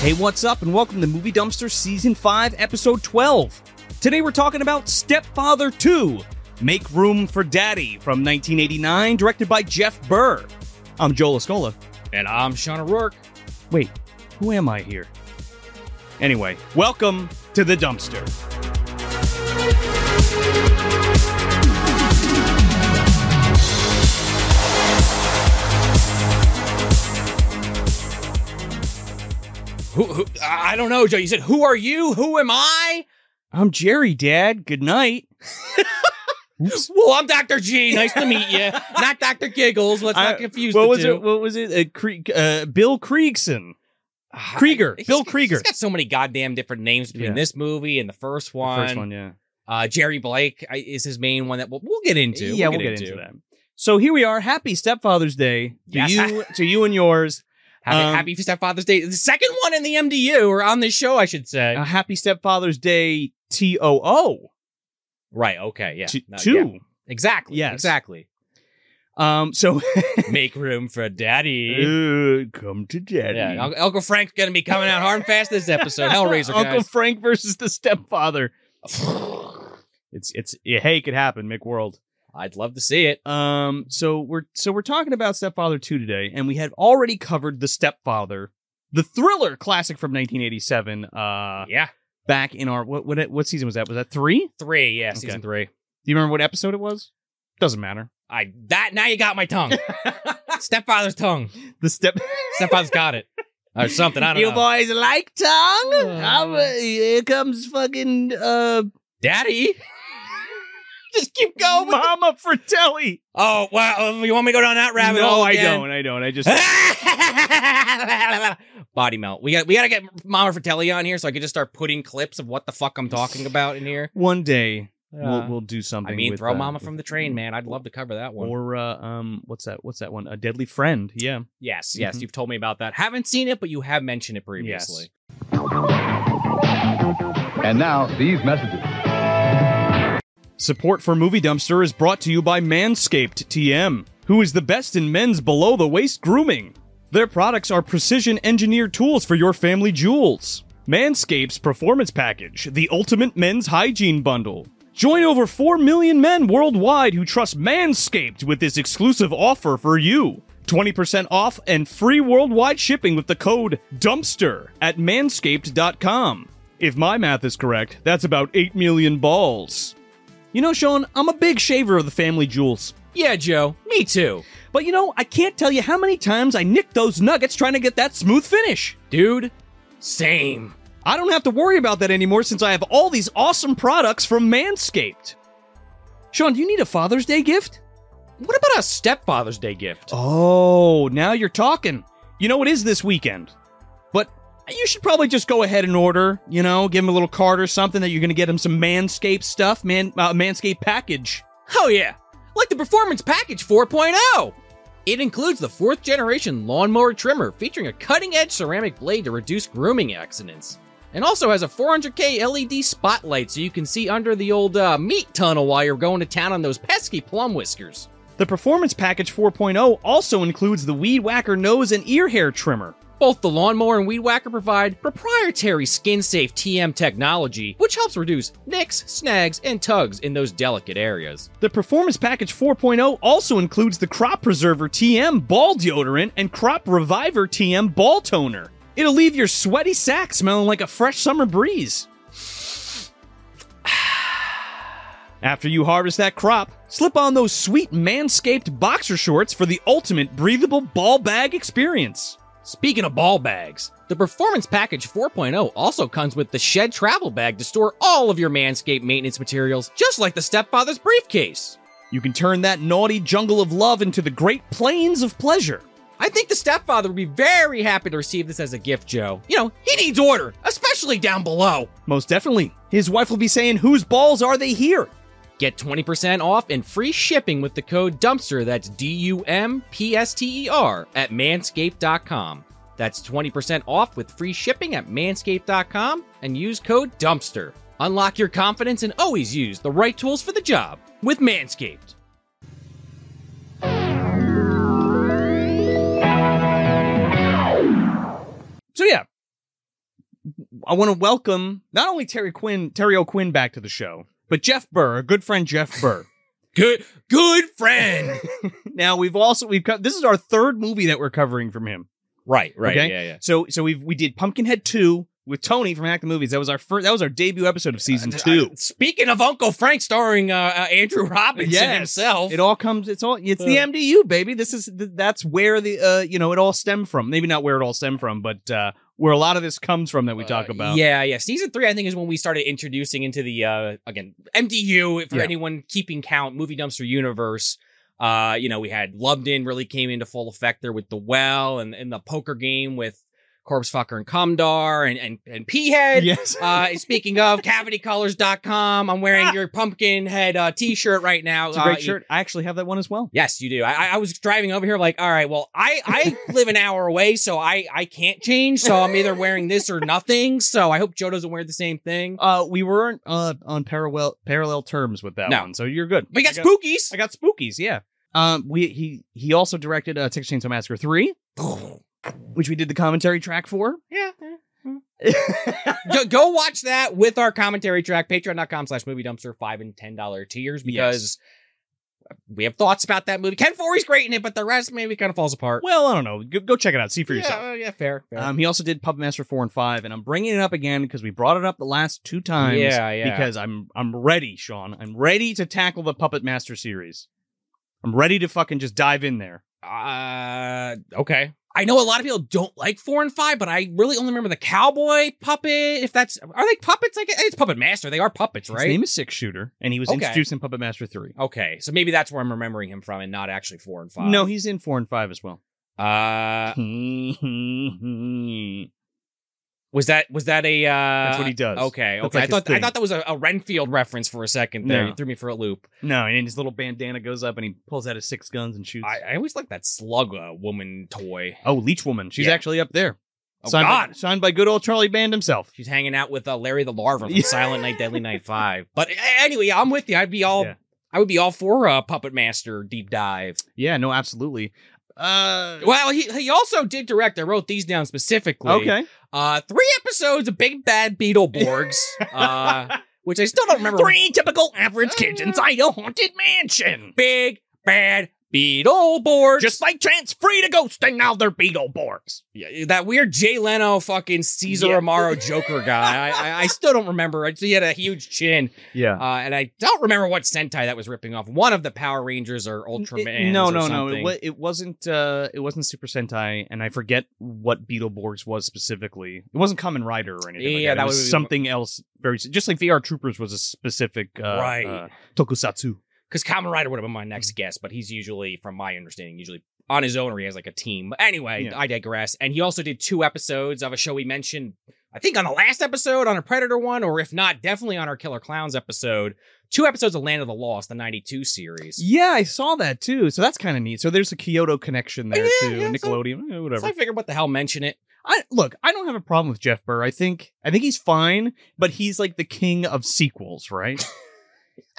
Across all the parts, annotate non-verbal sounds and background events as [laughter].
Hey, what's up, and welcome to Movie Dumpster Season 5, Episode 12. Today we're talking about Stepfather 2 Make Room for Daddy from 1989, directed by Jeff Burr. I'm Joel Escola. And I'm Sean O'Rourke. Wait, who am I here? Anyway, welcome to the dumpster. Who, who, I I don't know, Joe. You said, who are you? Who am I? I'm Jerry, Dad. Good night. [laughs] Oops. Well, I'm Dr. G. Nice to meet you. [laughs] Not Dr. Giggles. Let's I- not confuse What the was two. [sighs] it? What was it? Uh, Cre- uh, Bill Kriegson. Krieger. He's- Bill Krieger. He's got so many goddamn different names between Yeah. this movie and the first one. The first one, yeah. Uh, Jerry Blake I- is his main one that we'll, we'll get into. Yeah, we'll get, into. that. So here we are. Happy Stepfather's Day to Yes. [laughs] you, to you and yours. Happy, Um, happy Stepfather's Day. The second one in the MDU or on this show, I should say. A Uh, happy Stepfather's Day T O O right. Okay. Yeah. t- No, yeah. two. Exactly. Yes. [laughs] Exactly. Um, [laughs] so Make room for daddy. [laughs] Uh, come to daddy. Yeah, Uncle- Uncle Frank's gonna be coming out hard and fast this [laughs] episode. Hellraiser, [laughs] Uncle guys. Frank versus the stepfather. It's it's yeah, hey, it could happen, McWorld. I'd love to see it. Um, so we're so we're talking about Stepfather Two today, and we had already covered the Stepfather, the thriller classic from 1987. Uh, yeah, back in our what what what season was that? Was that three? three. Yeah, Okay. season three. Do you remember what episode it was? Doesn't matter. I that now you got [laughs] my tongue. Stepfather's tongue. The [laughs] step. Stepfather's got it or something. I don't know. boys like tongue? Uh. I'm, uh, here comes fucking uh, [laughs] Daddy. Just keep going. with- Mama Fratelli. Oh well, you want me to go down that rabbit no, hole? I again? don't. I don't. I [laughs] just. [laughs] Body melt. We got we gotta get Mama Fratelli on here so I can just start putting clips of what the fuck I'm talking about in here. One day Uh, [laughs] we'll, we'll do something. I mean, with, throw uh, Mama with- from the train, man. I'd love to cover that one. Or uh, um, what's that? What's that one? A deadly friend. Yeah. yes, yes, Mhm. you've told me about that. Haven't seen it, but you have mentioned it previously. And now, these messages. Support for Movie Dumpster is brought to you by Manscaped TM, who is the best in men's below the waist grooming. Their products are precision engineered tools for your family jewels. Manscaped's Performance Package, the ultimate men's hygiene bundle. Join over 4 million men worldwide who trust Manscaped with this exclusive offer for you. 20% off and free worldwide shipping with the code DUMPSTER at manscaped.com. If my math is correct, that's about 8 million balls. You know, Sean, I'm a big shaver of the family jewels. Yeah, Joe. Me too. But you know, I can't tell you how many times I nicked those nuggets trying to get that smooth finish. Dude, same. I don't have to worry about that anymore since I have all these awesome products from Manscaped. Sean, do you need a Father's Day gift? What about a stepfather's day gift? Oh, now you're talking. You know, it is this weekend. But you should probably just go ahead and order, you know, give him a little card or something that you're going to get him some Manscaped stuff, man, uh, Manscaped package. Oh, yeah. Like the Performance Package 4.0. It includes the fourth generation lawnmower trimmer featuring a cutting edge ceramic blade to reduce grooming accidents. And also has a 400K LED E spotlight so you can see under the old uh, meat tunnel while you're going to town on those pesky plum whiskers. The Performance Package 4.0 also includes the Weed Whacker nose and ear hair trimmer. Both the lawnmower and weed whacker provide proprietary skin safe TM technology, which helps reduce nicks, snags, and tugs in those delicate areas. The Performance Package 4.0 also includes the Crop Preserver TM Ball Deodorant and Crop Reviver TM Ball Toner. It'll leave your sweaty sack smelling like a fresh summer breeze. [sighs] After you harvest that crop, slip on those sweet manscaped boxer shorts for the ultimate breathable ball bag experience. Speaking of ball bags, the Performance Package 4.0 also comes with the Shed Travel Bag to store all of your Manscaped maintenance materials, just like the Stepfather's briefcase. You can turn that naughty jungle of love into the great plains of pleasure. I think the stepfather would be very happy to receive this as a gift, Joe. You know, he needs order, especially down below. Most definitely. His wife will be saying, Whose balls are they here? Get 20% off and free shipping with the code DUMPSTER, that's D U M P S T E R, at manscaped.com. That's 20% off with free shipping at manscaped.com and use code DUMPSTER. Unlock your confidence and always use the right tools for the job with Manscaped. So, yeah, I want to welcome not only Terry Quinn, Terry O'Quinn back to the show, but Jeff Burr, our good friend Jeff [laughs] Burr. Good, good friend. now we've also we've co- this is our third movie that we're covering from him. [laughs] right, right, Okay. yeah, yeah. So so we've we did Pumpkinhead two with Tony from Hack the Movies. That was our first. That was our debut episode of season two. Uh, speaking of Uncle Frank, starring uh, uh, Andrew Robinson Yes. himself. It all comes. It's all. It's the Uh. MDU baby. This is. th- That's where the. Uh, you know, it all stemmed from. Maybe not where it all stemmed from, but uh, where a lot of this comes from that we talk Uh, about. Yeah, yeah. Season three, I think, is when we started introducing into the uh again MDU for Yeah. anyone keeping count, movie dumpster universe. Uh, you know, we had Lubden really came into full effect there with the well and, and the poker game with Corpse Fucker and Comdar and and, and Peahead. Yes. Uh, [laughs] speaking of cavitycolors.com, I'm wearing your pumpkin head uh, t-shirt right now. Ah. it's a Uh, great you- shirt. I actually have that one as well. Yes, you do. I, I- I was driving over here like, all right, well, I, [laughs] I live an hour away, so I, I can't change. So I'm either wearing this or nothing. So I hope Joe doesn't wear the same thing. Uh, we weren't uh, on parallel parallel terms with that No. one, so you're good. We got I spookies. I got spookies. Yeah. Um, we he he also directed uh, Texas Chainsaw Massacre three, which we did the commentary track for. yeah. [laughs] go, go watch that with our commentary track, patreon.com slash movie dumpster, five and ten dollar tiers, because we have thoughts about that movie. Ken Forey's great in it, but the rest maybe kind of falls apart. Well, I don't know. Go, go check it out. See for yeah, yourself. uh, yeah, fair. fair. Um, he also did Puppet Master four and five, and I'm bringing it up again because we brought it up the last two times. yeah, yeah. Because I'm I'm ready, Sean. I'm ready to tackle the Puppet Master series. I'm ready to fucking just dive in there. Uh, okay. I know a lot of people don't like four and five, but I really only remember the cowboy puppet. If that's are they puppets? I guess it's puppet master. They are puppets, His right? name is Six Shooter, and he was Okay. introduced in Puppet Master three. Okay, so maybe that's where I'm remembering him from, and not actually four and five. No, he's in four and five as well. [laughs] Uh, That's was that was that a? Uh, what he does. Okay, That's like okay. I his thought I thing. thought that was a, a Renfield reference for a second there. No. You threw me for a loop. No, and his little bandana goes up, and he pulls out his six guns and shoots. I, I always like that slug uh, woman toy. oh, Leech Woman, she's Yeah. actually up there. Oh signed God, by, signed by good old Charlie Band himself. She's hanging out with uh, Larry the Larva from Yeah. Silent Night, Deadly Night Five. But uh, anyway, I'm with you. I'd be all, Yeah. I would be all for uh, Puppet Master deep dive. Yeah, no, absolutely. Uh, Well, he he also did direct. I wrote these down specifically. okay. uh, three episodes of Big [laughs] Bad Beetleborgs, uh, which I still don't remember. typical average kids inside a haunted mansion. Big Bad Beetleborgs. by chance, free to ghost, and now they're Beetleborgs. Yeah, that weird Jay Leno fucking Caesar Yeah. Amaro Joker guy. I, I I still don't remember. I he had a huge chin. Yeah. Uh, and I don't remember what Sentai that was ripping off. One of the Power Rangers or Ultraman. no, no, or no. It, something. wa- it wasn't. Uh, it wasn't Super Sentai, and I forget what Beetleborgs was specifically. It wasn't Kamen Rider or anything. like that, Yeah, that It was would be- something else. Very s- just like VR Troopers was a specific uh, Right. uh, tokusatsu. Because Kamen Rider would have been my Mm-hmm. next guess, but he's usually, from my understanding, usually on his own or he has like a team. But anyway, Yeah. I digress. And he also did two episodes of a show we mentioned, I think on the last episode, on a Predator one, or if not, definitely on our Killer Clowns episode. Two episodes of Land of the Lost, the 92 series. Yeah, I saw that too. So that's kind of neat. So there's a Kyoto connection there Yeah, too. yeah, so- Nickelodeon, eh, whatever. So I figured, what the hell, mention it. I look, I don't have a problem with Jeff Burr. I think I think he's fine, but he's like the king of sequels, right?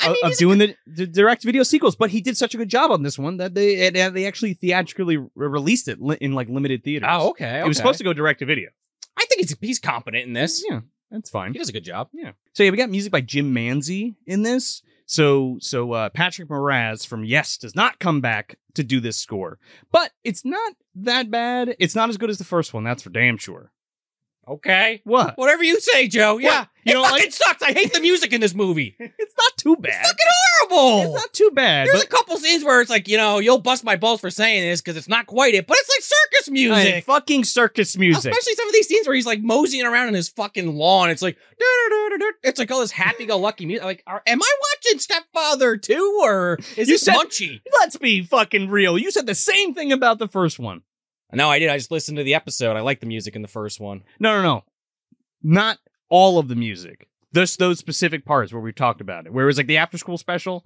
I Of- mean, of he's- doing the, the direct video sequels, but he did such a good job on this one that they and, and they actually theatrically re- released it li- in like limited theaters. oh, okay. It was supposed to go direct to video. I think he's, he's competent in this. Yeah, that's fine. He does a good job. Yeah. So yeah, we got music by Jim Manzi in this. So so uh, Patrick Moraz from Yes does not come back to do this score, but it's not that bad. It's not as good as the first one. That's for damn sure. Okay. What? Whatever you say, Joe. Yeah. You it don't like- fucking sucks. I hate the music in this movie. It's not too bad. Fucking horrible. It's not too bad. There's but- a couple scenes where it's like, you know, you'll bust my balls for saying this because it's not quite it, but it's like circus Hey, music. fucking circus music. Especially some of these scenes where he's like moseying around in his fucking lawn. It's like, "Da-da-da-da-da." it's like all this happy-go-lucky music. Like, are, am I watching Stepfather 2 or is You this said- Munchie? Let's be fucking real. You said the same thing about the first one. No, I did. I just listened to the episode. I like the music in the first one. No, no, no. Not all of the music. Just those specific parts where we talked about it. Where it was like the after school special.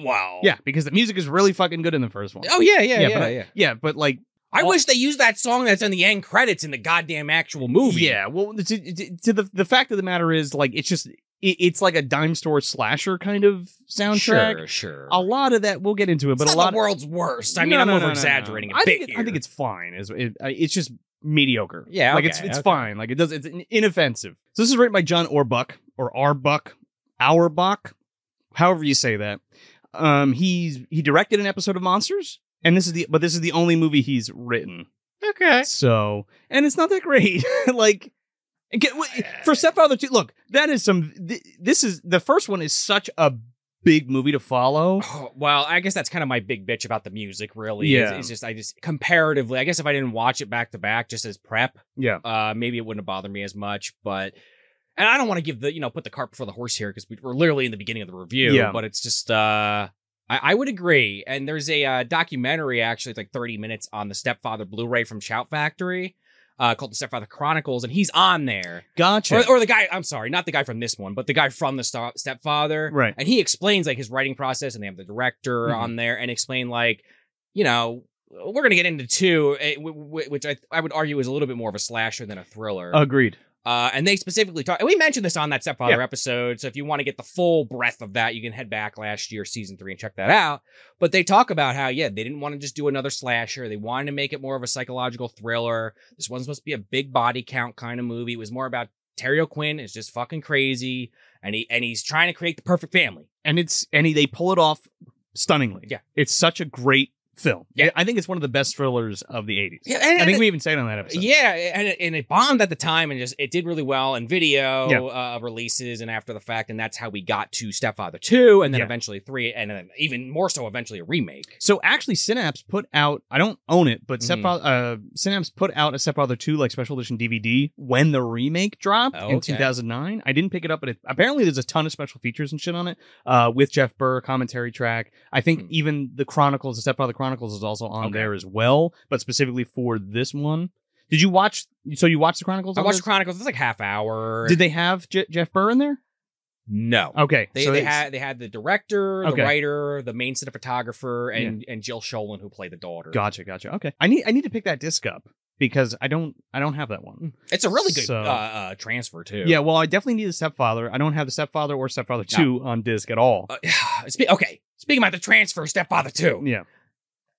Wow. Yeah, because the music is really fucking good in the first one. Oh, yeah, Yeah, yeah, yeah, but yeah. I- Yeah, but like, I wish they used that song that's in the end credits in the goddamn actual movie. yeah. Well, to, to- to the the fact of the matter is, like, it's just it, it's like a dime store slasher kind of soundtrack. Sure, sure. A lot of that we'll get into it, It's but not a lot. the world's worst. I mean, No, I'm no, no, no, over exaggerating no, no. a I bit think it- here. I think it's fine. Is it, I- it's just mediocre. Yeah, like okay, it's it's okay. fine. Like it does it's in- inoffensive. So this is written by John Orbuck or Arbuck, Auerbach, however you say that. Um, he's he directed an episode of Monsters, and this is the but this is the only movie he's written. Okay. So and it's not that great. [laughs] like again, wait, Uh. for Stepfather Two, look that is some. th- this is the first one is such a big movie to follow. Oh, well, I guess that's kind of my big bitch about the music, really. Yeah. It's, it's just, I just, comparatively, I guess if I didn't watch it back to back just as prep, Yeah, uh, maybe it wouldn't have bothered me as much, but. And I don't want to give the, you know, put the cart before the horse here because we, we're literally in the beginning of the review. Yeah. But it's just, uh, I, I would agree. And there's a uh, documentary, actually, it's like 30 minutes on the Stepfather Blu ray from Shout Factory uh, called The Stepfather Chronicles. And he's on there. gotcha. Or, or the guy, I'm sorry, not the guy from this one, but the guy from the Sta- stepfather. Right. And he explains like his writing process, and they have the director Mhm. on there, and explain like, you know, we're gonna get into two, eh, w- w- which I I would argue is a little bit more of a slasher than a thriller. Agreed. Uh, and they specifically talk. And we mentioned this on that stepfather episode, so if you want to get the full breadth of that, you can head back last year, season three, and check that out. But they talk about how yeah, they didn't want to just do another slasher. They wanted to make it more of a psychological thriller. This one's supposed to be a big body count kind of movie. It was more about Terry O'Quinn is just fucking crazy, and he and he's trying to create the perfect family. and it's and he, they pull it off stunningly. Yeah. it's such a great film. Yeah. I think it's one of the best thrillers of the '80s. Yeah, and- I think we even said it on that episode. Yeah, and it, and it bombed at the time, and just it did really well in video Yeah. uh, releases and after the fact, and that's how we got to Stepfather two, and then Yeah. eventually three, and then even more so, eventually a remake. So actually, Synapse put out. I don't own it, but Mhm. Stepfather, uh, Synapse put out a Stepfather Two like special edition DVD when the remake dropped Oh, in okay. 2009. I didn't pick it up, but it, apparently there's a ton of special features and shit on it uh, with Jeff Burr commentary track. I think Hmm. even the Chronicles, the Stepfather Chronicles, is also on Okay. there as well, but specifically for this one. Did you watch? So you watched the Chronicles? I on watched this? Chronicles. It's like half hour. Oh, Did they have Je- Jeff Burr in there? No. Okay, They, so they it's- had they had the director, the Okay. writer, the main set of photographer, and and Jill Sholin who played the daughter. Gotcha, gotcha. Okay, I need I need to pick that disc up because I don't I don't have that one. It's a really good So- uh, uh, transfer too. Yeah, well, I definitely need the Stepfather. I don't have the Stepfather or Stepfather No. Two on disc at all. Uh, [sighs] spe- okay. Speaking about the transfer, Stepfather two. yeah.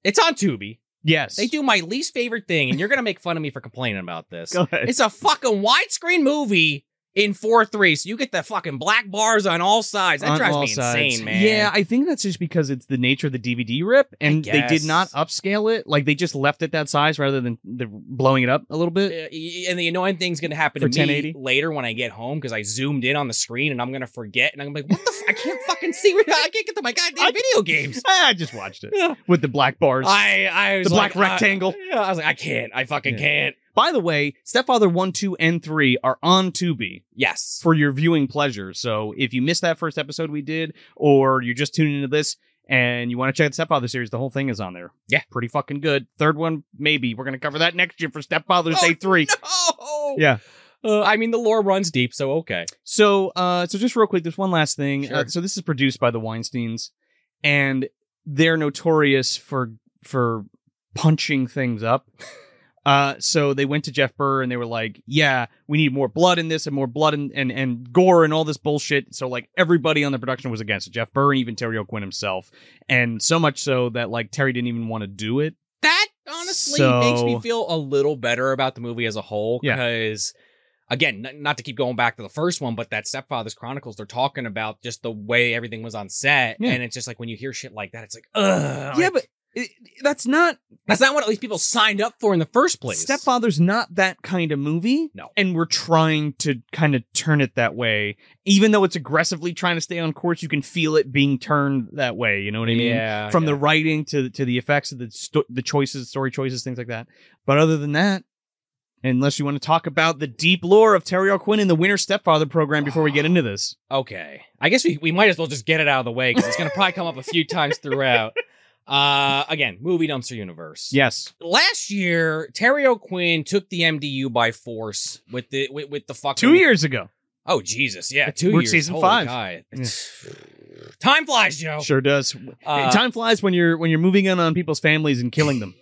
It's on Tubi. Yes. They do my least favorite thing, and you're gonna make fun of me for complaining about this. Go ahead. It's a fucking widescreen movie in four three, so you get the fucking black bars on all sides. That On drives all me sides. insane, man. Yeah, I think that's just because it's the nature of the DVD rip, and they did guess. not upscale it. Like they just left it that size rather than the blowing it up a little bit. Uh, y- and the annoying thing's gonna happen For to 1080? me later when I get home because I zoomed in on the screen and I'm gonna forget and I'm like, what the? F- I can't fucking see. [laughs] where- I can't get to my goddamn I- [laughs] video games. Ah, I just watched it Yeah. with the black bars, I I was the black like, uh, rectangle. yeah, [laughs] I was like, I can't. I fucking Yeah. can't. By the way, Stepfather One, Two, and Three are on Tubi. Yes. [laughs] for your viewing pleasure. So if you missed that first episode we did, or you're just tuning into this and you want to check the Stepfather series, the whole thing is on there. Yeah. Pretty fucking good. Third one, maybe. We're going to cover that next year for Stepfather's Oh, Day 3. No. Yeah. Uh, I mean, the lore runs deep, so okay. So, uh, so just real quick, there's one last thing. Sure. Uh, so this is produced by the Weinsteins, and they're notorious for for punching things up. Uh, so they went to Jeff Burr and they were like, "Yeah, we need more blood in this, and more blood and and, and gore and all this bullshit." So like everybody on the production was against it. Jeff Burr and even Terry O'Quinn himself, and so much so that like Terry didn't even want to do it. that honestly makes me So- feel a little better about the movie as a whole Yeah. because again n- not to keep going back to the first one but that stepfather's chronicles they're talking about just the way everything was on set Yeah. and it's just like when you hear shit like that it's like ugh Yeah, like, but- It- that's not that's not what at least people signed up for in the first place Stepfather's not that kind of movie. No. And we're trying to kind of turn it that way. Even though it's aggressively trying to stay on course, you can feel it being turned that way. You know what I mean? yeah From yeah. the writing to to the effects of the sto- the choices, story choices, things like that. But other than that, unless you want to talk about the deep lore of Terry O'Quinn and the Winter Stepfather program before we get into this. Okay. I guess we, we might as well just get it out of the way because it's going to probably come up [laughs] a few times throughout. Uh, again, movie dumpster universe. Yes. Last year, Terry O'Quinn took the MDU by force with the with, with the fucking Two years ago. Oh Jesus, yeah, With- two with years. season Holy five. God. Yeah. [laughs] Time flies, Uh, Joe. Sure does. Uh, Time flies when you're when you're moving in on people's families and killing them.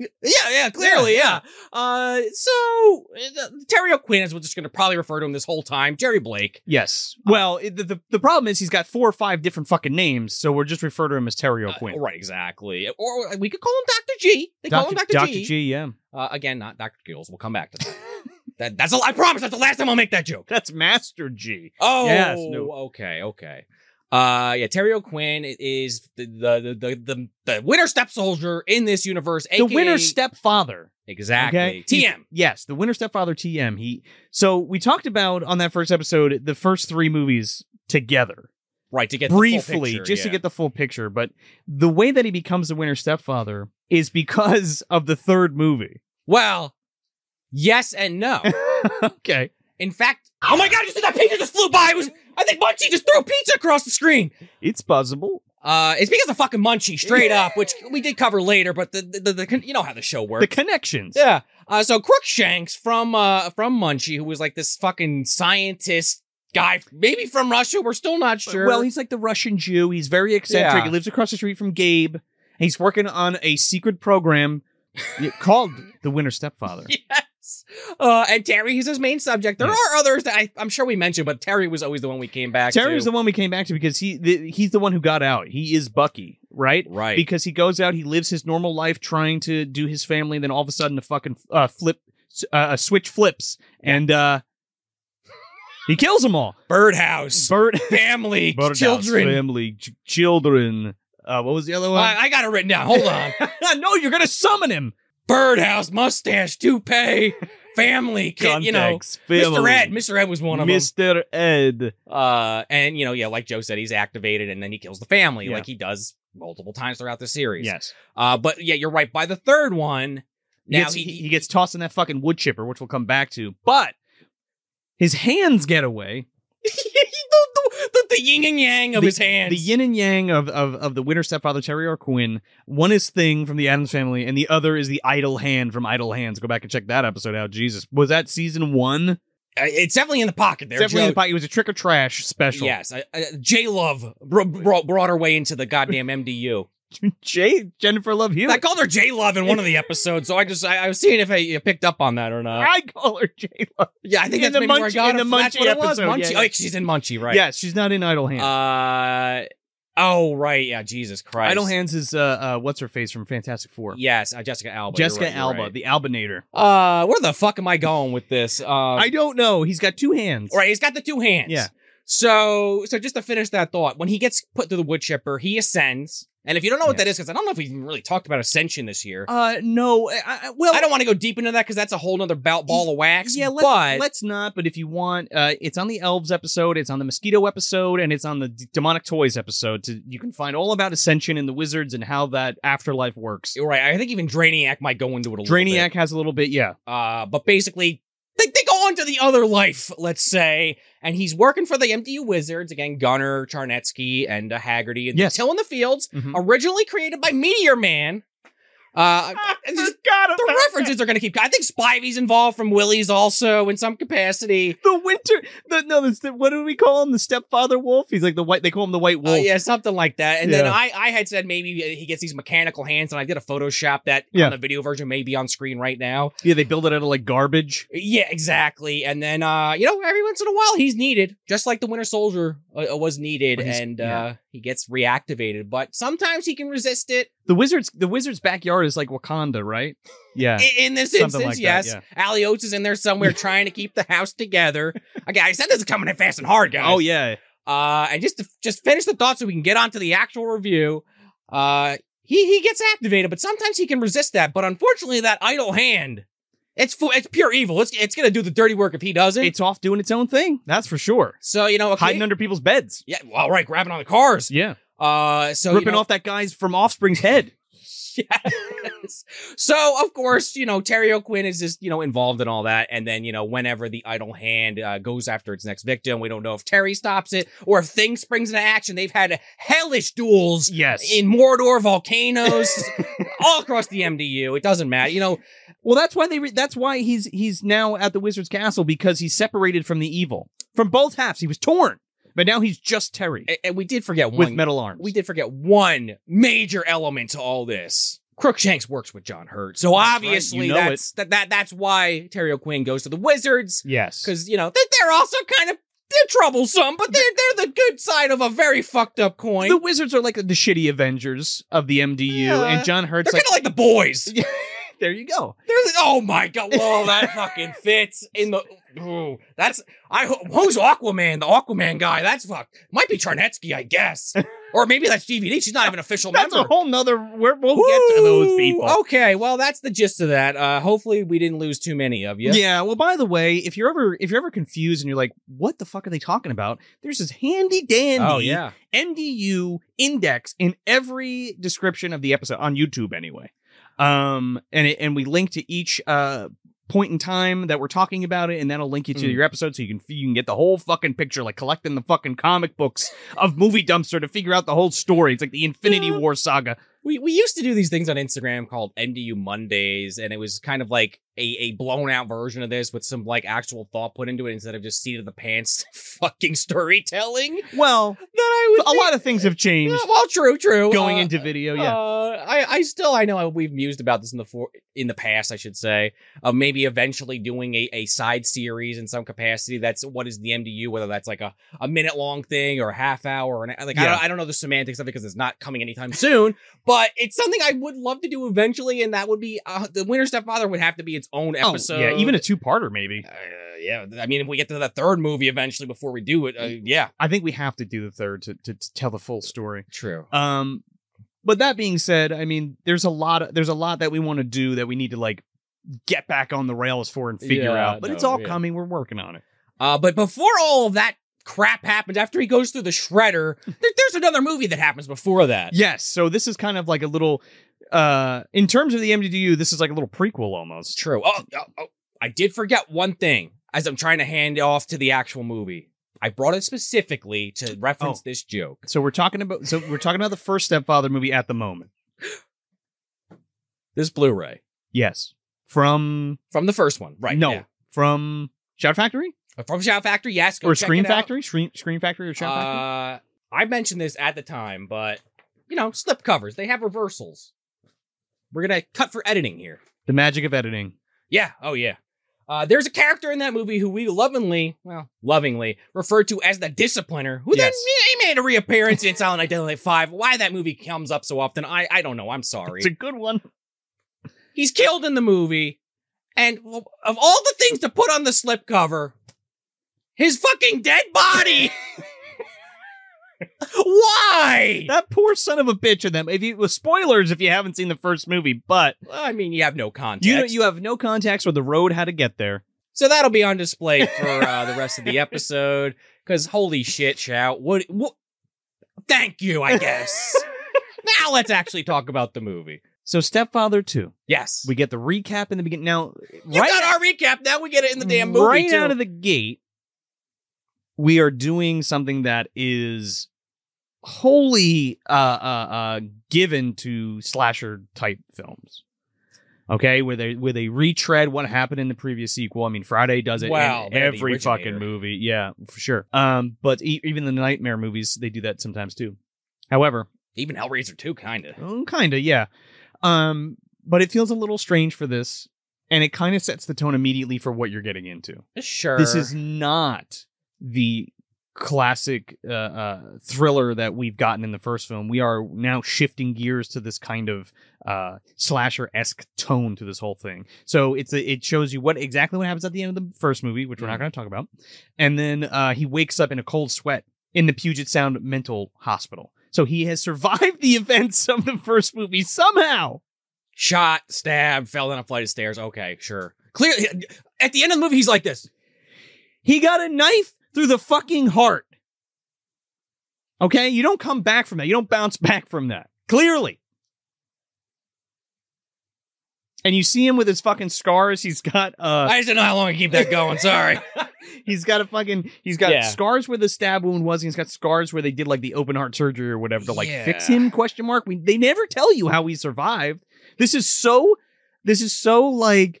Yeah, yeah, clearly, yeah. Uh, so uh, Terry O'Quinn is we're just going to probably refer to him this whole time. Jerry Blake. Yes. Oh. Well, it, the, the the problem is he's got four or five different fucking names, so we'll just refer to him as Terry O'Quinn. Uh, right, exactly. Or we could call him Doctor G. They call him Dr. Doctor Dr. G. G, yeah. Uh, again, not Doctor Gills. We'll come back to that. [laughs] that that's a, I promise. That's the last time I'll make that joke. [laughs] That's Master G. Oh, Yes, no. okay, okay. Uh, yeah, Terry O'Quinn is the the the the, the, the winter step soldier in this universe. The AKA, winner stepfather. exactly. Okay. TM. Yes, the winner stepfather TM. He so we talked about on that first episode the first three movies together. Right to get the full briefly picture, just to yeah. get the full picture, but the way that he becomes the winner stepfather is because of the third movie. [laughs] well, yes and no. okay. In fact, oh my god, you see that pizza just flew by. It was I think Munchie just threw pizza across the screen. It's possible. Uh, it's because of fucking Munchie, straight up, which we did cover later. But the the, the, the you know how the show works. The connections. yeah. Uh, so Crookshanks from uh from Munchie, who was like this fucking scientist guy, maybe from Russia. We're still not sure. Well, he's like the Russian Jew. He's very eccentric. Yeah. He lives across the street from Gabe. He's working on a secret [laughs] program called The Winter Stepfather. [laughs] yes. Uh, and Terry is his main subject. There Yes. are others that I, I'm sure we mentioned, but Terry was always the one we came back. Terry to. was the one we came back to because he the, he's the one who got out. He is Bucky, right? right. Because he goes out, he lives his normal life trying to do his family, and then all of a sudden, a fucking uh, flip, uh, a switch flips, and uh, he kills them all. Birdhouse, [laughs] Bird, family, children. family, ch- children. Uh, what was the other Well, one? I, [laughs] I got it written down. Hold on. [laughs] no, you're gonna summon him. Birdhouse, mustache, toupee, family, kid, you know. Contacts, Mr. family, Ed, Mr. Ed was one of Mr. Ed. them. Uh, and you know, yeah, like Joe said, he's activated and then he kills the family, Yeah. like he does multiple times throughout the series. Yes. Uh, but yeah, you're right. By the third one, Now now he gets, he, [laughs] he gets tossed in that fucking wood chipper, which we'll come back to. But his hands get away. the, the, the, the yin and yang of The- his hands. The yin and yang of of, of the winter stepfather Terry or Quinn. One is Thing from the Adams Family, and the other is the Idle Hand from Idle Hands. Go back and check that episode out. Jesus, was that season one? Uh, it's definitely in the pocket there. Definitely in Joe. the pot. It was a trick or trash special. Yes, uh, uh, J Love bro- bro- brought her way into the goddamn MDU. [laughs] Jay, Jennifer Love Hewitt. I called her J Love in one of the episodes, so I just I, I was seeing if I you picked up on that or not. I call her Jay Love. Yeah, I think In that's the maybe where I Munchie- got in it the from. That's Munchie what it was. episode, Munchie. yeah, Oh, yeah. she's in Munchie, right? Yes, she's not in Idle Hands. Uh, oh, right. Yeah, Jesus Christ. Idle Hands is uh, uh what's her face from Fantastic Four? Yes, uh, Jessica Alba. you're Jessica right, you're Alba, right. the Albinator. Uh, where the fuck am I going with this? Uh, I don't know. He's got two hands. right. He's got the two hands. Yeah. So, so just to finish that thought, when he gets put through the wood chipper, he ascends. And if you don't know what Yeah. that is, because I don't know if we even really talked about ascension this year. Uh, no. I, I, well, I don't want to go deep into that because that's a whole nother ball, ball of wax. Yeah, let's, but let's not. But if you want, uh, it's on the elves episode, it's on the mosquito episode, and it's on the D- demonic toys episode. To, you can find all about ascension and the wizards and how that afterlife works. you're right. I think even Draeniac might go into it a little bit. Draeniac has a little bit, [laughs] yeah. Uh, but basically, they, they go on to the other life, let's say. And he's working for the MDU Wizards again, Gunner, Charnetsky, and uh, Haggerty, and Yes. Mm-hmm. Till in the Fields, originally created by Meteor Man. Uh, and just- the [laughs] references are going to keep. I think Spivey's involved from Willie's also in some capacity. The winter, the no, the, the- what do we call him? The stepfather wolf. He's like the white. They call him the white Uh, wolf. yeah, something like that. And then Yeah. I, I had said maybe he gets these mechanical hands, and I did a Photoshop that Yeah. on the video version may be on screen right now. yeah, they build it out of like garbage. Yeah, exactly. And then uh, you know, every once in a while he's needed, just like the Winter Soldier uh, was needed, But he's- and yeah. uh, he gets reactivated. But sometimes he can resist it. The wizards, the wizards' backyard is like Wakanda, [laughs] right? Yeah. I- In this Something instance, like that, yes, yeah. Ali Oates is in [laughs] there somewhere trying to keep the house together. Okay, I said this is coming in fast and hard, guys. Oh yeah. Uh, and just to just finish the thought, so we can get on to the actual review. Uh, he he gets activated, but sometimes he can resist that. But unfortunately, that idle hand, it's fu- it's pure evil. It's it's gonna do the dirty work if he doesn't. It's off doing its own thing. That's for sure. so you know, okay, Hiding under people's beds. Yeah, well, right, grabbing on the cars. Yeah. Uh, so you Ripping know- off that guy's from Offspring's head. Yes. [laughs] So of course, you know Terry O'Quinn is just you know involved in all that, and then you know whenever the idle hand uh, goes after its next victim, we don't know if Terry stops it or if Thing springs into action. They've had hellish duels Yes. in [laughs] Mordor, volcanoes, all across the MDU. It doesn't matter, you know. Well, that's why they. Re- that's why he's he's now at the wizard's castle because he's separated from the evil from both halves. He was torn, but now he's just Terry a- And we did forget with one. metal arms. we did forget one major element to all this. Crookshanks works with John Hurt, so obviously You know that's that, that that's why Terry O'Quinn goes to the Wizards Yes. because you know they, they're also kind of they're troublesome, but they're they're the good side of a very fucked up coin. The Wizards are like the shitty Avengers of the MDU, Yeah. and John Hurt's they're like, kind of like the boys. there you go. They're like, oh [laughs] my god! Whoa, that fucking fits in the. Ooh, that's I. ho- Who's Aquaman? The Aquaman guy? That's fucked. Might be Charnetsky, [laughs] I guess, or maybe that's DVD. She's not even an official That's a member. whole nother. We're, we'll get to those Ooh, people. Okay, well that's the gist of that. Uh, hopefully we didn't lose too many of you. Yeah. Well, by the way, if you're ever if you're ever confused and you're like, what the fuck are they talking about? There's this handy dandy Oh yeah. MDU index in every description of the episode on YouTube anyway. Um and it, and we link to each uh point in time that we're talking about it and that'll link you to Mm. your episode so you can you can get the whole fucking picture like collecting the fucking comic books of movie dumpster to figure out the whole story. It's like the Infinity Yeah. War saga. We we used to do these things on Instagram called MDU Mondays, and it was kind of like a, a blown out version of this with some like actual thought put into it instead of just seat of the pants [laughs] fucking storytelling Well, that I would a do. lot of things have [laughs] Yeah, changed well, true, true. going Uh, into video, yeah. uh, I, I still, I know I- we've mused about this in the for, in the past, I should say, of maybe eventually doing a, a side series in some capacity. That's what is the MDU, whether that's like a, a minute long thing or a half hour, or an, like I, Yeah. don't, I don't know the semantics of it because it's not coming anytime soon. But it's something I would love to do eventually, and that would be uh, the Winter Stepfather would have to be its own Oh, episode. yeah, even a two-parter maybe. uh, yeah, I mean, if we get to the third movie eventually before we do it, uh, E yeah, I think we have to do the third to, to, to tell the full story. true. Um, but that being said, I mean, there's a lot of there's a lot that we want to do that we need to like get back on the rails for and figure Yeah, out. But it's no, all yeah. coming. We're working on it. Uh, but before all of that crap happens, after he goes through [laughs] the shredder, there, there's another movie that happens before that. Yes. So this is kind of like a little, uh, in terms of the MDDU, this is like a little prequel almost. True. Oh, oh, oh, I did forget one thing as I'm trying to hand off to the actual movie. I brought it specifically to reference Oh. this joke. So we're talking about so we're talking about the first Stepfather movie at the moment. This Blu-ray Yes. From from the first one, right? No. yeah. From Shout Factory From Shout Factory, yes. Go or check Screen it out. Factory, Screen Screen Factory or Shout Factory. Uh, I mentioned this at the time, but you know, slip covers they have reversals. We're gonna cut for editing here. The magic of editing. Yeah. Oh, yeah. Uh, there's a character in that movie who we lovingly, well, lovingly referred to as the Discipliner, who Yes. then he made a reappearance in Silent Night, Deadly Night 5. Why that movie comes up so often, I, I don't know. I'm sorry. It's a good one. He's killed in the movie. And well, of all the things to put on the slipcover, his fucking dead [laughs] body. [laughs] Why? [laughs] That poor son of a bitch in them. If you well, spoilers if you haven't seen the first movie, but I mean, you have no context. You know, you have no contacts with the road how to get there. So that'll be [laughs] on display for uh, the rest of the episode. Because holy shit, shout! What? what thank you, [laughs] I guess. now let's actually talk about the movie. So Stepfather 2. Yes, We get the recap in the beginning. Now, you right, got our recap. Now we get it in the damn movie. Mm, right too. out of the gate, we are doing something that is wholly uh, uh, uh, given to slasher type films. Okay, where they where they retread what happened in the previous sequel. I mean, Friday does it Wow, in they're the every fucking originator. movie. Yeah, for sure. Um, but e- even the nightmare movies, they do that sometimes too. However, even Hellraiser two, kind of. Mm, kinda, yeah. Um, but it feels a little strange for this, and it kind of sets the tone immediately for what you're getting into. Sure. This is not the classic uh, uh, thriller that we've gotten in the first film. We are now shifting gears to this kind of uh, slasher esque tone to this whole thing. So it's a, it shows you what exactly what happens at the end of the first movie, which we're not going to talk about, and then uh, he wakes up in a cold sweat in the Puget Sound Mental Hospital. So he has [laughs] survived the events of the first movie somehow. shot, stabbed, fell down a flight of stairs. Okay, sure. Clearly, at the end of the movie, he's like this. He got a knife through the fucking heart. Okay? You don't come back from that. You don't bounce [laughs] back from that. Clearly. And you see him with his fucking scars. He's got uh I just didn't know how long I could keep that [laughs] going. Sorry. he's got a fucking he's got Yeah. scars where the stab wound was, and he's got scars where they did like the open heart surgery or whatever to like fix Yeah. him question mark. We they never tell you how he survived. This is so this is so like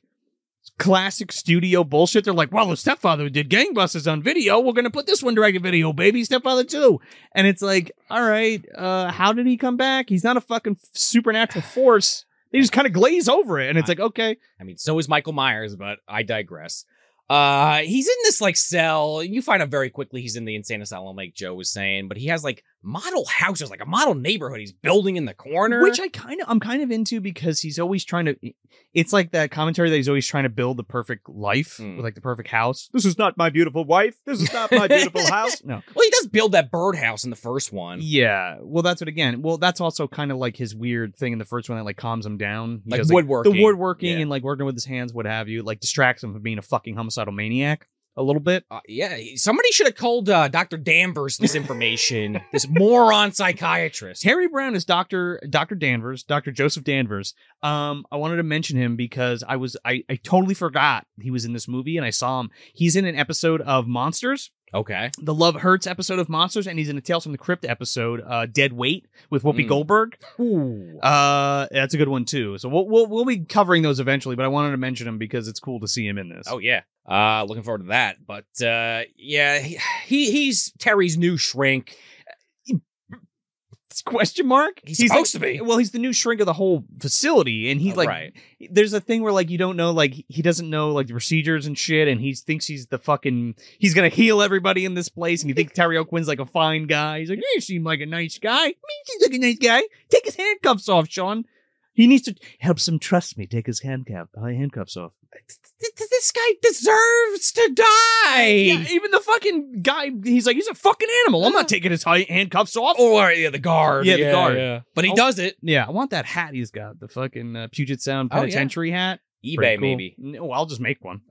classic studio bullshit. They're like, well, the stepfather did gangbusters on video. We're gonna put this one direct to video, baby, stepfather too. And it's like, all right, uh, how did he come back? He's not a fucking supernatural force. They just kind of glaze over it, and it's like, okay, I mean, so is Michael Myers, but I digress. Uh, he's in this like cell. You find out very quickly he's in the insane asylum, like Joe was saying. But he has like model houses, like a model neighborhood he's building in the corner. which I kind of I'm kind of into because he's always trying to. It's like that commentary that he's always trying to build the perfect life, Mm. with like the perfect house. This is not my beautiful wife. This is not my [laughs] beautiful house. No. well, he does build that birdhouse in the first one. Yeah. Well, that's what again. Well, that's also kind of like his weird thing in the first one that like calms him down. He Like does, woodworking. the woodworking Yeah. and like working with his hands, what have you. Like distracts him from being a fucking homicidal maniac a little bit. Uh, yeah, he- somebody should have called uh, Dr. Danvers this information. this moron psychiatrist. Terry Brown is Doctor Doctor Danvers, Doctor Joseph Danvers. Um, I wanted to mention him because I was I I totally forgot he was in this movie and I saw him. He's in an episode of Monsters, Okay. the Love Hurts episode of Monsters, and he's in a Tales from the Crypt episode, uh, Dead Weight with Whoopi Mm. Goldberg. Ooh. Uh, that's a good one too. So we'll, we'll we'll be covering those eventually, but I wanted to mention him because it's cool to see him in this. Oh yeah. Uh looking forward to that. But uh yeah, he, he he's Terry's new shrink. It's question mark. He's like- supposed to be. Well, he's the new shrink of the whole facility, and he's like, right. there's a thing where like you don't know, like he doesn't know like the procedures and shit, and he thinks he's the fucking he's gonna heal everybody in this place, and he thinks Terry O'Quinn's like a fine guy. He's like, you seem like a nice guy. Me seems like a nice guy. Take his handcuffs off, Sean. He needs to helps him trust me. Take his handcuff uh, handcuffs off. Th- th- This guy deserves to die. Yeah, even the fucking guy, he's like, he's a fucking animal. I'm not taking his hi- handcuffs off. Or yeah, the guard. Yeah, the guard. But he Oh. does it. Yeah, I want that hat he's got, the fucking uh, Puget Sound Oh, yeah. penitentiary hat. eBay Pretty cool. maybe. No, I'll just make one.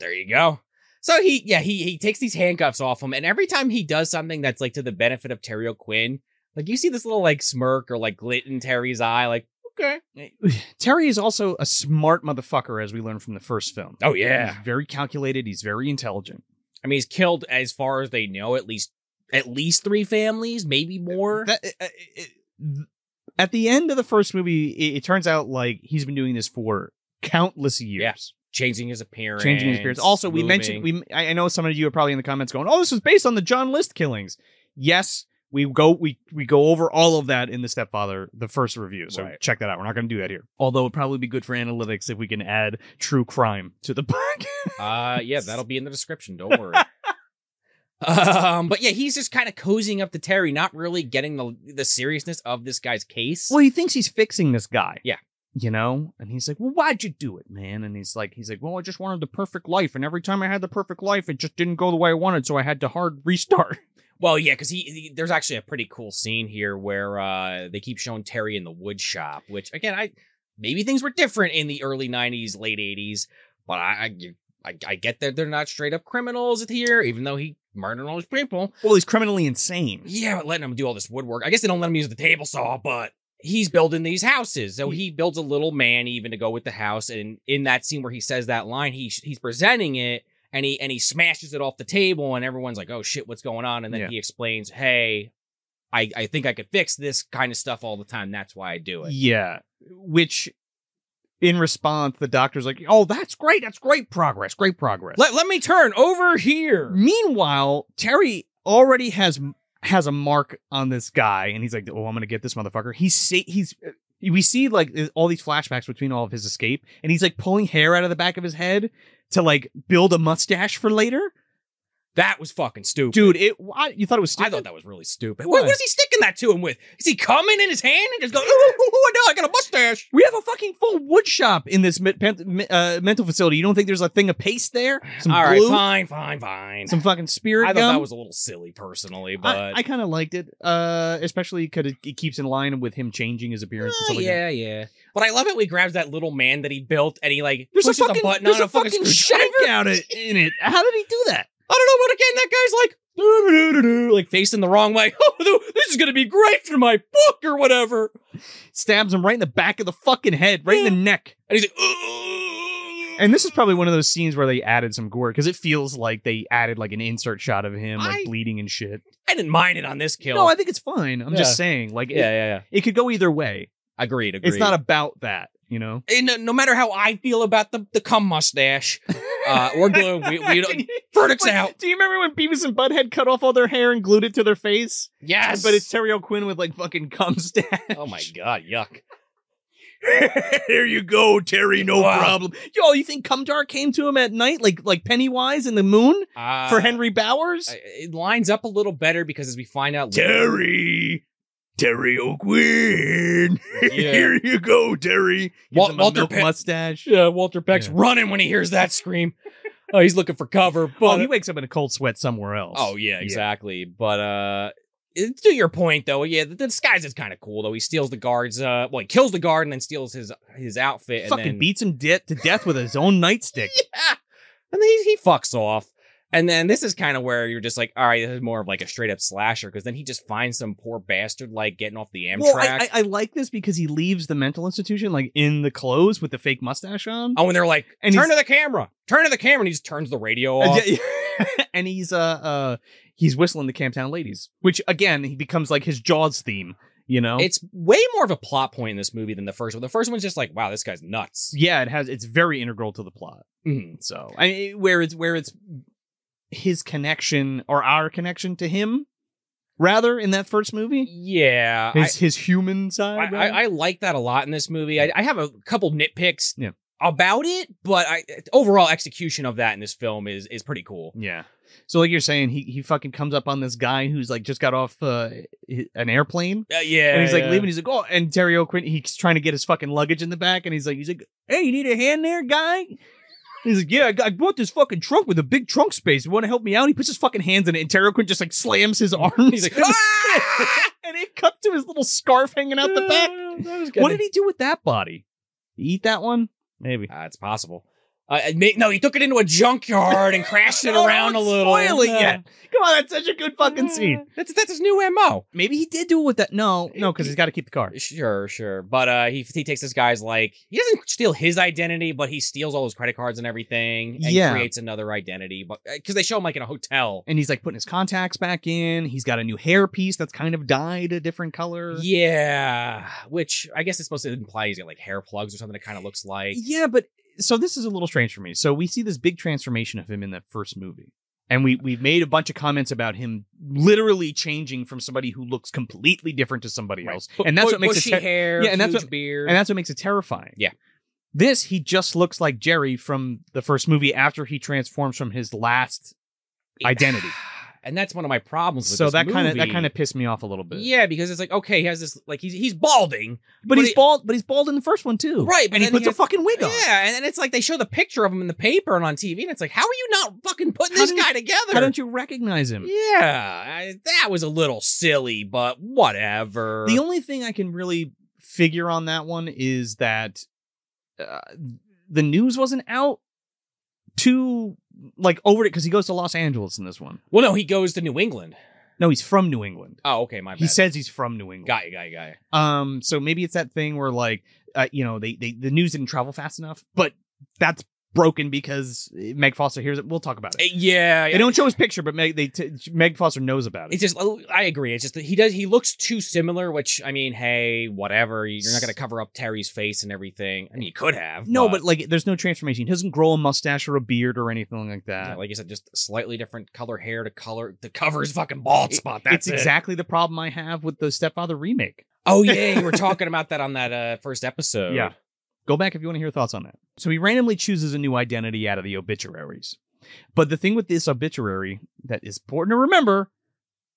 There you go. So he yeah, he he takes these handcuffs off him and every time he does something that's like to the benefit of Terry O'Quinn, like you see this little like smirk or like glint in Terry's eye like okay. [sighs] Terry is also a smart motherfucker, as we learned from the first film. Oh He's very calculated. He's very intelligent. I mean, he's killed as far as they know at least at least 3 families, maybe more. That- uh, uh, uh, at the end of the first movie, it, it turns out like he's been doing this for countless years. changing his appearance, changing his appearance. Also, we mentioned moving. we. I I know some of you are probably in the comments going, "Oh, this was based on the John List killings." Yes, we go we we go over all of that in the Stepfather, the first review. So Right. check that out. We're not going to do that here. Although it'd probably be good for analytics if we can add true crime to the [laughs] podcast. uh, yeah, that'll be in the description. Don't worry. um, but yeah, he's just kind of cozying up to Terry, not really getting the the seriousness of this guy's case. well, he thinks he's fixing this guy. Yeah. You know, and he's like, "Well, why'd you do it, man?" And he's like, "He's like, well, I just wanted the perfect life, and every time I had the perfect life, it just didn't go the way I wanted, so I had to hard restart." Well, yeah, because he, he- there's actually a pretty cool scene here where uh they keep showing Terry in the wood shop, which again, I maybe things were different in the early '90s, late '80s, but I. I you- I, I get that they're not straight up criminals here, even though he murdered all these people. [laughs] Well, he's criminally insane. Yeah, but letting him do all this woodwork. I guess they don't let him use the table saw, but he's building these houses. So he builds a little man even to go with the house. And in that scene where he says that line, he he's presenting it and he and he smashes it off the table and everyone's like, "Oh shit, what's going on?" And then Yeah. he explains, "Hey, I I think I could fix this kind of stuff all the time. That's why I do it." Yeah. Which in response, the doctor's like, Oh, that's great. That's great progress. Great progress. Let, let me turn over Mm. here. Meanwhile, Terry already has has a mark on this guy, and he's like, Oh, I'm gonna get this motherfucker. He's sa- he's uh, we see like all these flashbacks between all of his escape, and he's like pulling hair out of the back of his head to like build a mustache for later. That was fucking stupid. Dude, it I, you thought it was stupid. I thought that was really stupid. Why? What, what is he sticking that to him with? Is he coming in his hand and just going, ooh, ooh, ooh, I know, I got a mustache. we have a fucking full wood shop in this me- pen- me- uh, mental facility. You don't think there's a thing of paste there? Some All right, glue? fine, fine, fine. Some fucking spirit I thought gum? that was a little silly personally, but I, I kind of liked it, uh, especially because it, it keeps in line with him changing his appearance. and Oh, stuff like that. yeah, yeah. But I love it when he grabs that little man that he built and he like There's pushes a fucking, button there's on a fucking shank screwdriver. out it, in it. How did he do that? I don't know, but again, that guy's like "Doo-doo-doo-doo-doo," like [laughs] facing the wrong way. Oh, this is gonna be great for my book or whatever. Stabs him right in the back of the fucking head, right in the neck. And he's like, "Ugh." And this is probably one of those scenes where they added some gore because it feels like they added like an insert shot of him like I- bleeding and shit. I didn't mind it on this kill. No, I think it's fine. I'm just saying, like, [laughs] yeah, it, yeah, yeah. it could go either way. Agreed, agreed. It's not about that, you know. And no, no matter how I feel about the the cum [laughs] mustache, uh, or glue, we, we Can don't, you- verdicts Wait, out. Do you remember when Beavis and Butthead cut off all their hair and glued it to their face? [laughs] Yes, But it's Terry O'Quinn with like fucking cum stash. oh my god, yuck. [laughs] Here you go, Terry. No Wow. problem. Yo, you think Cumdar came to him at night, like like Pennywise in the moon Uh, for Henry Bowers? I- It lines up a little better because as we find out, later- Terry, Terry O'Quinn. [laughs] Here you go, Terry. Gives Wal- him a Walter milk Pe- mustache. Yeah, Walter Peck's Yeah. running when he hears that scream. Oh, he's looking for cover, but oh, he wakes up in a cold sweat somewhere else. uh, Oh yeah, exactly. But uh it- to your point though, yeah, the, the disguise is kind of cool though. He steals the guard's uh well, he kills the guard and then steals his his outfit and fucking then beats him de- to death with his own nightstick. Yeah. [laughs] And then he, he fucks off. And then this is kind of where you're just like, all right, this is more of like a straight up slasher because then he just finds some poor bastard like getting off the Amtrak. Well, I, I, I like this because he leaves the mental institution like in the clothes with the fake mustache on. oh, and they're like, And turn he's- to the camera, turn to the camera, and he just turns the radio Uh, off. yeah, yeah. [laughs] and he's uh uh he's whistling the Camptown Ladies, which again he becomes like his Jaws theme. You know, It's way more of a plot point in this movie than the first one. The first one's just like, wow, this guy's nuts. yeah, it has it's very integral to the plot. Mhm. So Mm-hmm. I mean, where it's where it's his connection or our connection to him, rather in that first movie, Yeah. I- his his human I, side. rather? I, I like that a lot in this movie. I, I have a couple nitpicks Yeah. about it, but I overall execution of that in this film is is pretty cool. Yeah. So like you're saying, he he fucking comes up on this guy who's like just got off uh, hi- an airplane. Uh, yeah, And he's like yeah. [laughs] leaving. He's like, oh, and Terry O'Quinn, he's trying to get his fucking luggage in the back, and he's like, he's like, hey, you need a hand there, guy? He's like, yeah, I, got, I bought this fucking trunk with a big trunk space. You want to help me out? He puts his fucking hands in it, and Terry O'Quinn just like slams [laughs] his arms. He's [laughs] like, "Ah!" [laughs] and it cut to his little scarf hanging out the back. [laughs] Yeah, that was What good. did he do with that body? Eat that one? Maybe. Uh, it's possible. Uh, it may- no, he took it into a junkyard and crashed [laughs] it Oh, around a don't little. spoil it Yeah. yet. Come on, that's such a good fucking scene. That's that's his new mo. Maybe he did do it with that. No, no, because he's got to keep the car. Sure, sure. But uh, he he takes this guy's like he doesn't steal his identity, but he steals all his credit cards and everything, and Yeah. creates another identity. But because they show him like in a hotel, And he's like putting his contacts back in. He's got a new hair piece that's kind of dyed a different color. Yeah, which I guess it's supposed to imply he's got like hair plugs or something that kind of looks like. Yeah, but so this is a little strange for me. So we see this big transformation of him in the first movie. And we we've made a bunch of comments about him literally changing from somebody who looks completely different to somebody else. And that's Bu- what makes bushy it ter- hair, Yeah, and that's huge what- beard. and that's what makes it terrifying. Yeah. This he just looks like Jerry from the first movie after he transforms from his last identity. and that's one of my problems. With so this that kind of that movie. kind of pissed me off a little bit. Yeah, because it's like okay, he has this like he's he's balding, But, But he's he- bald. But he's bald in the first one too, Right, but And he then puts he a has- fucking wig on. Yeah, and, and it's like they show the picture of him in the paper and on TV, and it's like how are you not fucking putting How this didn't- guy together? How don't you recognize him? yeah, I, that was a little silly, but whatever. The only thing I can really figure on that one is that uh, the news wasn't out too like over it because he goes to Los Angeles in this one. well, no, he goes to New England. No, he's from New England. Oh, okay, my bad. He says he's from New England. "Got you, got you, got you." Um, so maybe it's that thing where like, uh, you know, they, they the news didn't travel fast enough, but that's broken because Meg Foster hears it. We'll talk about it. Uh, Yeah, They don't show his picture, but Meg, they t- Meg Foster knows about it. It's just oh, I agree. It's just that he does he looks too similar, which I mean, hey, whatever. You're not gonna cover up Terry's face and everything. I mean, you could have. no, but like, there's no transformation. He doesn't grow a mustache or a beard or anything like that. yeah, uh, like you said, just slightly different color hair to color to cover his fucking bald spot. it's That's it. exactly the problem I have with the Stepfather remake. Oh yeah, you [laughs] were talking about that on that uh, first episode. Yeah. Go back if you want to hear thoughts on that. So he randomly chooses a new identity out of the obituaries. But the thing with this obituary that is important to remember,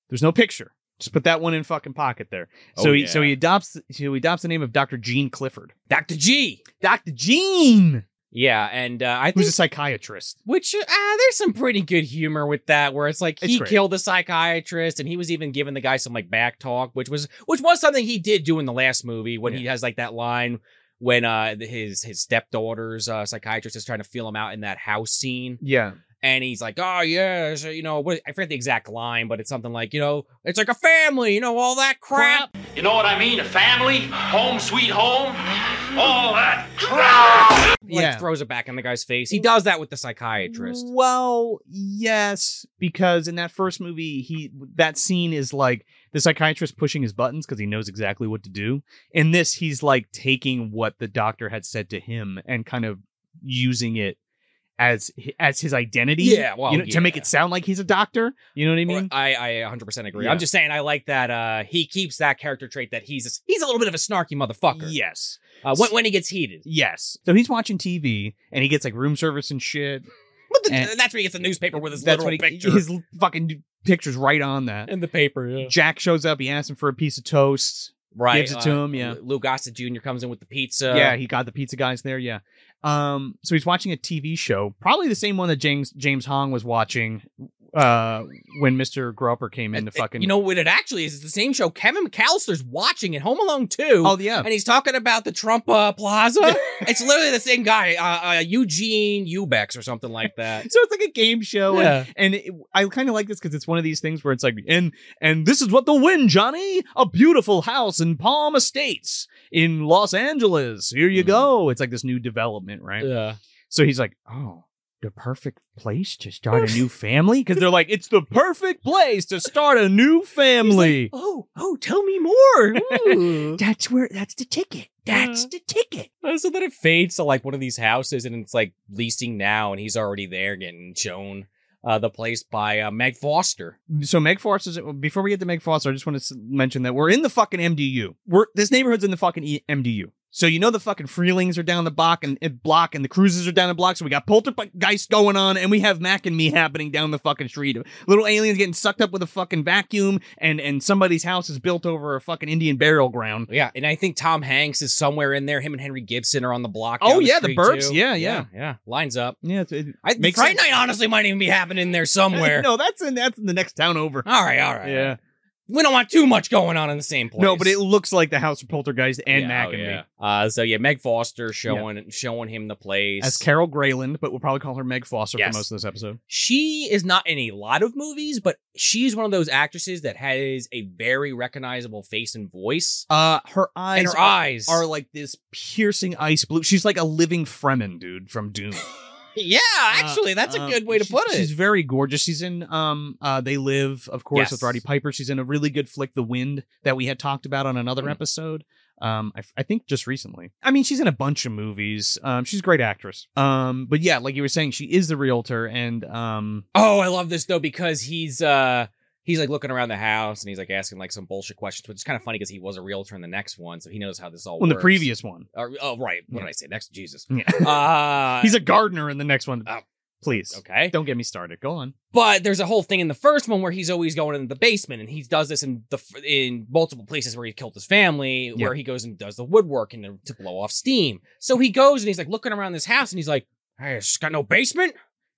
there's no picture. Just put that one in fucking pocket there. so Oh, he yeah. so he adopts so he adopts the name of Dr. Gene Clifford. Dr. G. Dr. Gene, Yeah, and uh, I who's think a psychiatrist. which uh, there's some pretty good humor with that, where it's like It's he great. killed the psychiatrist, and he was even giving the guy some like back talk, which was which was something he did do in the last movie when he has like that line when uh his his stepdaughter's uh, psychiatrist is trying to feel him out in that house scene, Yeah. and he's like, oh yeah, so, you know, what, I forget the exact line, but it's something like you know, it's like a family, you know, all that crap. You know what I mean? A family, home sweet home, all that crap. like Yeah. Mm. throws it back in the guy's face. He does that with the psychiatrist. Well, yes, because in that first movie, he that scene is like the psychiatrist pushing his buttons because he knows exactly what to do. In this, he's like taking what the doctor had said to him and kind of using it as hi- as his identity. Yeah, well, you know, to make yeah. it sound like he's a doctor. You know what I Or- mean? I, I 100% agree. Yeah. I'm just saying I like that uh, he keeps that character trait that he's a, he's a little bit of a snarky motherfucker. Yes. Uh, when, when he gets heated. Yes. So he's watching TV and he gets like room service and shit. But the, And- that's where he gets the newspaper with his That's literal what he, picture. his l- fucking d- picture's right on that. in the paper. Yeah. Jack shows up. He asks him for a piece of toast. right. gives it to him, yeah. L- Lou Gossett Jr. comes in with the pizza. yeah, he got the pizza guys there. Yeah. Um. So he's watching a TV show, probably the same one that James James Hong was watching, uh, when Mister Gropper came in And- to fucking. You know what it actually is? It's the same show. Kevin McAllister's watching it, Home Alone 2. Oh yeah. And he's talking about the Trump uh, Plaza. [laughs] it's literally the same guy, uh, uh, Eugene Ubex or something like that. [laughs] So it's like a game show, and Yeah. and it, I kind of like this because it's one of these things where it's like, and and this is what they'll win, Johnny, a beautiful house in Palm Estates in Los Angeles. Here you Mhm. go. It's like this new development, right? Yeah. So he's like, oh, the perfect place to start a new family because they're like, it's the perfect place to start a new family. Oh, oh, tell me more. [laughs] that's where. That's the ticket. That's the ticket. Uh, So then it fades to like one of these houses and it's like leasing now and he's already there getting shown uh, the place by uh, Meg Foster. So Meg Foster. is- Before we get to Meg Foster, I just want to mention that we're in the fucking MDU. We're this neighborhood's in the fucking E- MDU. So you know the fucking Freelings are down the block and, and block, and the Cruises are down the block. So we got Poltergeist going on, and we have Mac and Me happening down the fucking street. Little aliens getting sucked up with a fucking vacuum, and and somebody's house is built over a fucking Indian burial ground. Yeah, and I think Tom Hanks is somewhere in there. Him and Henry Gibson are on the block. Oh, down yeah, The street, Burbs. too. Yeah, yeah, yeah. Lines up. Yeah, it's, it I, Makes Friday sense. night honestly might even be [laughs] happening in there somewhere. No, that's in that's in the next town over. All right, all right. Yeah. We don't want too much going on in the same place. No, but it looks like the house of Poltergeist and Yeah, Mac oh, and yeah. me. Uh, so yeah, Meg Foster showing showing him the place. As Carol Grayland, but we'll probably call her Meg Foster Yes. for most of this episode. she is not in a lot of movies, but she's one of those actresses that has a very recognizable face and voice. Uh her eyes, and her eyes are like this piercing ice blue. She's like a living Fremen dude from Doom. yeah, actually, that's a Um, good way to she- put She's it. very gorgeous. She's in um uh They Live, of course, Yes. with Roddy Piper. She's in a really good flick, The Wind, that we had talked about on another Mm. episode. Um, I, I think just recently. I mean, she's in a bunch of movies. Um, she's a great actress. Um, but yeah, like you were saying, she is the realtor, and um, Oh, I love this though because he's uh he's like looking around the house and he's like asking like some bullshit questions, which is kind of funny because he was a realtor in the next one, so he knows how this all well, in the works. previous one, Or- oh, right. What Yeah. did I say? Next, Jesus. yeah, [laughs] Uh, he's a gardener in the next one. Oh. Please, okay. don't get me started. Go on. But there's a whole thing in the first one where he's always going in the basement, and he does this in the f- in multiple places where he killed his family, where he goes and does the woodwork and to blow off steam. So he goes and he's like looking around this house, and he's like, "Hey, it's got no basement."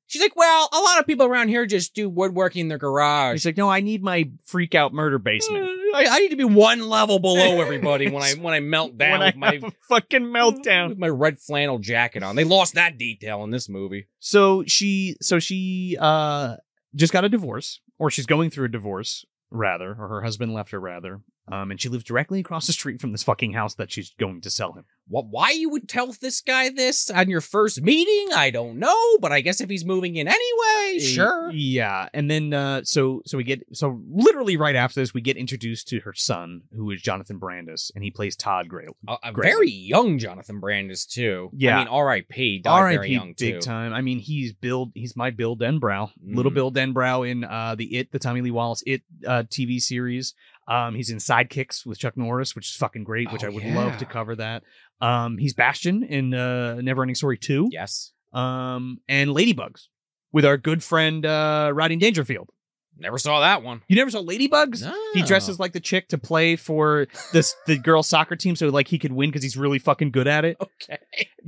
She's like, "Well, a lot of people around here just do woodworking in their garage. He's like, no, I need my freak out murder basement. Uh, I, I need to be one level [laughs] below everybody when I when I melt down when I with my have a fucking meltdown. with my red flannel jacket on." They lost that detail in this movie. So she so she uh just got a divorce or she's going through a divorce rather or her husband left her rather. Um and she lives directly across the street from this fucking house that she's going to sell him. What, why you would tell this guy this on your first meeting, I don't know, but I guess if he's moving in anyway, sure. Eh, Yeah. And then uh so so we get so literally right after this we get introduced to her son who is Jonathan Brandis and he plays Todd Gray. A, a Great. very young Jonathan Brandis, too. Yeah. I mean, R.I.P. died very R.I.P. young, Big too. time. I mean, he's Bill. He's my Bill Denbrow, Mm. little Bill Denbrow in uh, the It, the Tommy Lee Wallace It uh, TV series. Um, he's in Sidekicks with Chuck Norris, which is fucking great. Which Oh, I would love to yeah. cover that. Um, he's Bastion in uh, Neverending Story two. Yes. Um, and Ladybugs with our good friend uh, Rodney Dangerfield. Never saw that one. You never saw Ladybugs? He No. dresses like the chick to play for this the girls soccer team, so like he could win because he's really fucking good at it Okay.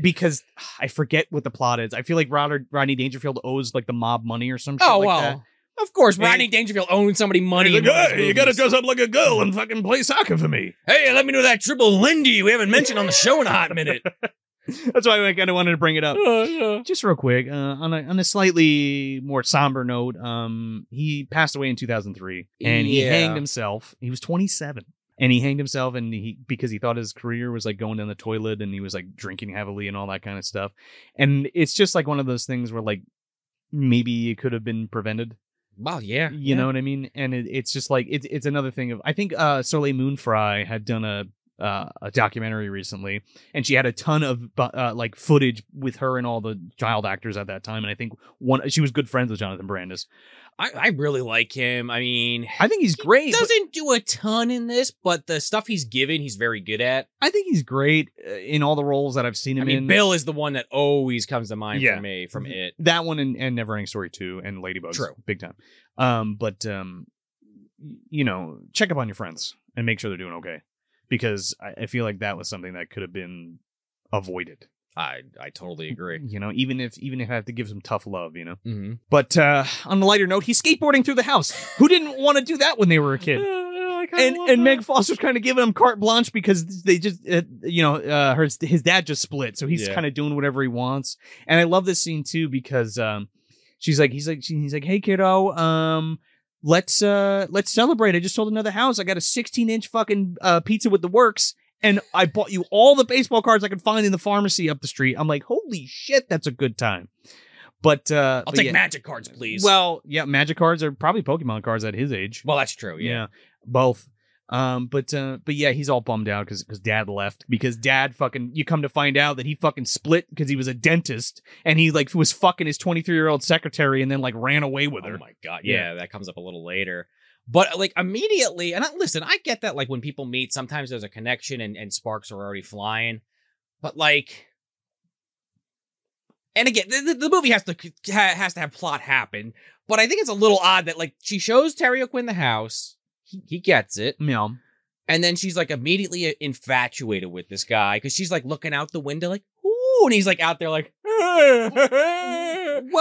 because [sighs] I forget what the plot is. I feel like Rodder, Rodney Dangerfield owes like the mob money or some shit. Oh, like well. that. Of course, And- Rodney Dangerfield owns somebody money. in one of his movies. up like a girl and fucking play soccer for me. Hey, let me know that triple Lindy we haven't mentioned on the show in a hot minute. [laughs] [laughs] That's why I kind of wanted to bring it [laughs] up. Oh, Uh, yeah. Just real quick, uh, on a on a slightly more somber note, um, he passed away in 2003, and he Yeah. hanged himself. He was 27, and he hanged himself, and he because he thought his career was like going down the toilet, and he was like drinking heavily and all that kind of stuff. And it's just like one of those things where like maybe it could have been prevented. Well, yeah. You know what I mean? And it, it's just like it's it's another thing of I think uh Soleil Moon Frye had done a uh, a documentary recently, and she had a ton of bu- uh, like footage with her and all the child actors at that time. And I think one she was good friends with Jonathan Brandis. I, I really like him. I mean, I think he's he great. but- doesn't do a ton in this, but the stuff he's given, he's very good at. I think he's great uh, in all the roles that I've seen him I mean, Mm-hmm. in. Bill is the one that always comes to mind Yeah. for me from it. that one and, and Neverending Story two and Ladybugs, True. big time. Um, but um, y- you know, check up on your friends and make sure they're doing okay, because I, I feel like that was something that could have been avoided. I I totally agree. You know, even if even if I have to give some tough love, you know. Mm-hmm. But uh, on a lighter note, he's skateboarding through the house. Who didn't want to do that when they were a kid? and and Meg Foster's kind of giving him carte blanche because they just uh, you know uh, her his dad just split, so he's Yeah. kind of doing whatever he wants. And I love this scene too because um, she's like he's like she, he's like hey kiddo um let's uh let's celebrate. I just sold another house. I got a 16 inch fucking uh, pizza with the works. And I bought you all the baseball cards I could find in the pharmacy up the street. I'm like, holy shit, that's a good time. But uh, I'll but take yeah. magic cards, please. Well, yeah, magic cards are probably Pokemon cards at his age. well, that's true. Yeah. Oh, Yeah. both. Um, but uh, but yeah, he's all bummed out because dad left because dad fucking you come to find out that he fucking split because he was a dentist and he like was fucking his twenty three year old secretary and then like ran away with her. Oh my god, Yeah. yeah, that comes up a little later. But like immediately, and I, listen, I get that like when people meet, sometimes there's a connection and, and sparks are already flying. But like, and again, the, the- the movie has to ha, has to have plot happen. But I think it's a little odd that like she shows Terry O'Quinn the house, he, he gets it, Yeah, and then she's like immediately uh, infatuated with this guy because she's like looking out the window like, ooh, and he's like out there like, [laughs] well,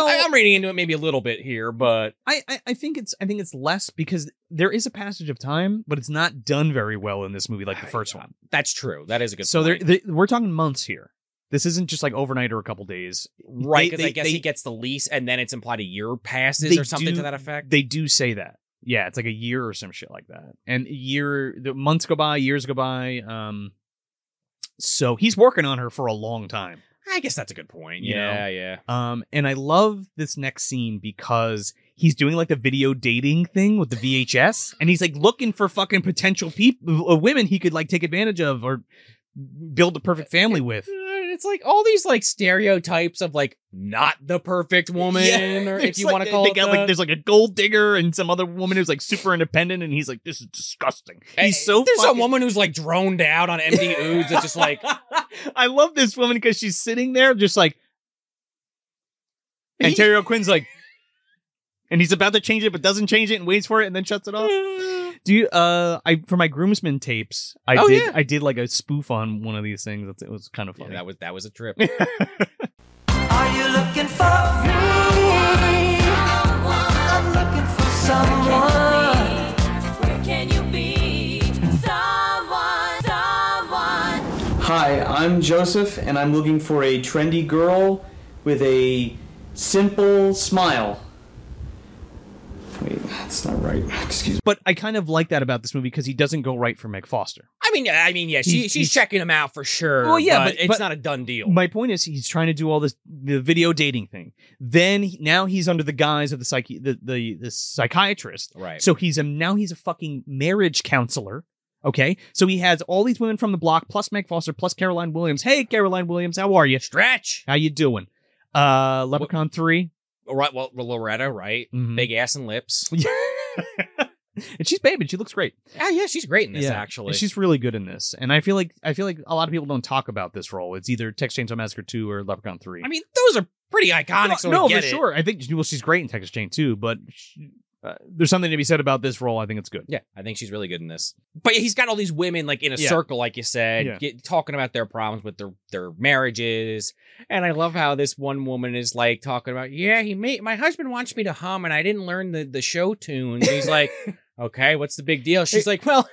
I'm reading into it maybe a little bit here, but. I, I I think it's I think it's less because there is a passage of time, but it's not done very well in this movie like the I- first uh, one. That's true. That is a good. So there, point. there we're talking months here. This isn't just like overnight or a couple days. right? they- Because I they- guess they- he gets the lease, and then it's implied a year passes They or something do- to that effect. They do say that. Yeah, it's like a year or some shit like that. And a year the months go by, years go by. Um so he's working on her for a long time. I guess that's a good point. You know? Yeah, yeah. Um and I love this next scene because he's doing like the video dating thing with the VHS and he's like looking for fucking potential people uh, women he could like take advantage of or build the perfect family with. Uh, It's like all these like stereotypes of like not the perfect woman, [laughs] or if It's you like want they- to call they it got, that. like there's like a gold digger and some other woman who's like super independent and he's like this is disgusting. He's so there's fucking- a woman who's like droned out [laughs] on MD Oods that's just like I love this woman because she's sitting there just like and [laughs] Terry O'Quinn's like and he's about to change it but doesn't change it and waits for it and then shuts it off. [sighs] Do you uh I for my groomsmen tapes, I Oh, did yeah. I did like a spoof on one of these things. That's- It was kind of Yeah, funny. that was that was [laughs] a trip. Are you looking for me? I'm looking for someone. Where can you be? Someone, someone. Hi, I'm Joseph, and I'm looking for a trendy girl with a simple smile. Wait, that's not right. Excuse me. but I kind of like that about this movie because he doesn't go right for Meg Foster. I mean, yeah, I mean, yeah, she, He's- she's, he's- checking him out for sure. Well, yeah, but, but- it's but- Mm. not a done deal. My point is he's trying to do all this the video dating thing. Then he- now he's under the guise of the psyche the, the the psychiatrist. right. So he's a now he's a fucking marriage counselor. Okay, so he has all these women from the block, plus Meg Foster, plus Caroline Williams. Hey, Caroline Williams, how are you? stretch. How you doing? Uh, Leprechaun three. All right. Well, Loretta, right? Mhm. Big ass and lips. [laughs] and she's baby. She looks great. Yeah, Ah, yeah, she's great in this Yeah. actually. And she's really good in this. And I feel like I feel like a lot of people don't talk about this role. It's either Texas Chainsaw Massacre two or Leprechaun three. I mean, those are pretty iconic. no, so no, I get for it. sure. I think well, she's great in Texas Chain too. But she, uh, there's something to be said about this role. I think it's good. Yeah, I think she's really good in this. But yeah, he's got all these women like in a Yeah. circle, like you said, Yeah. get, talking about their problems with their their marriages. And I love how this one woman is like talking about, yeah, he made my husband wants me to hum, and I didn't learn the the show tunes. [laughs] He's like, okay, what's the big deal? She's like, well,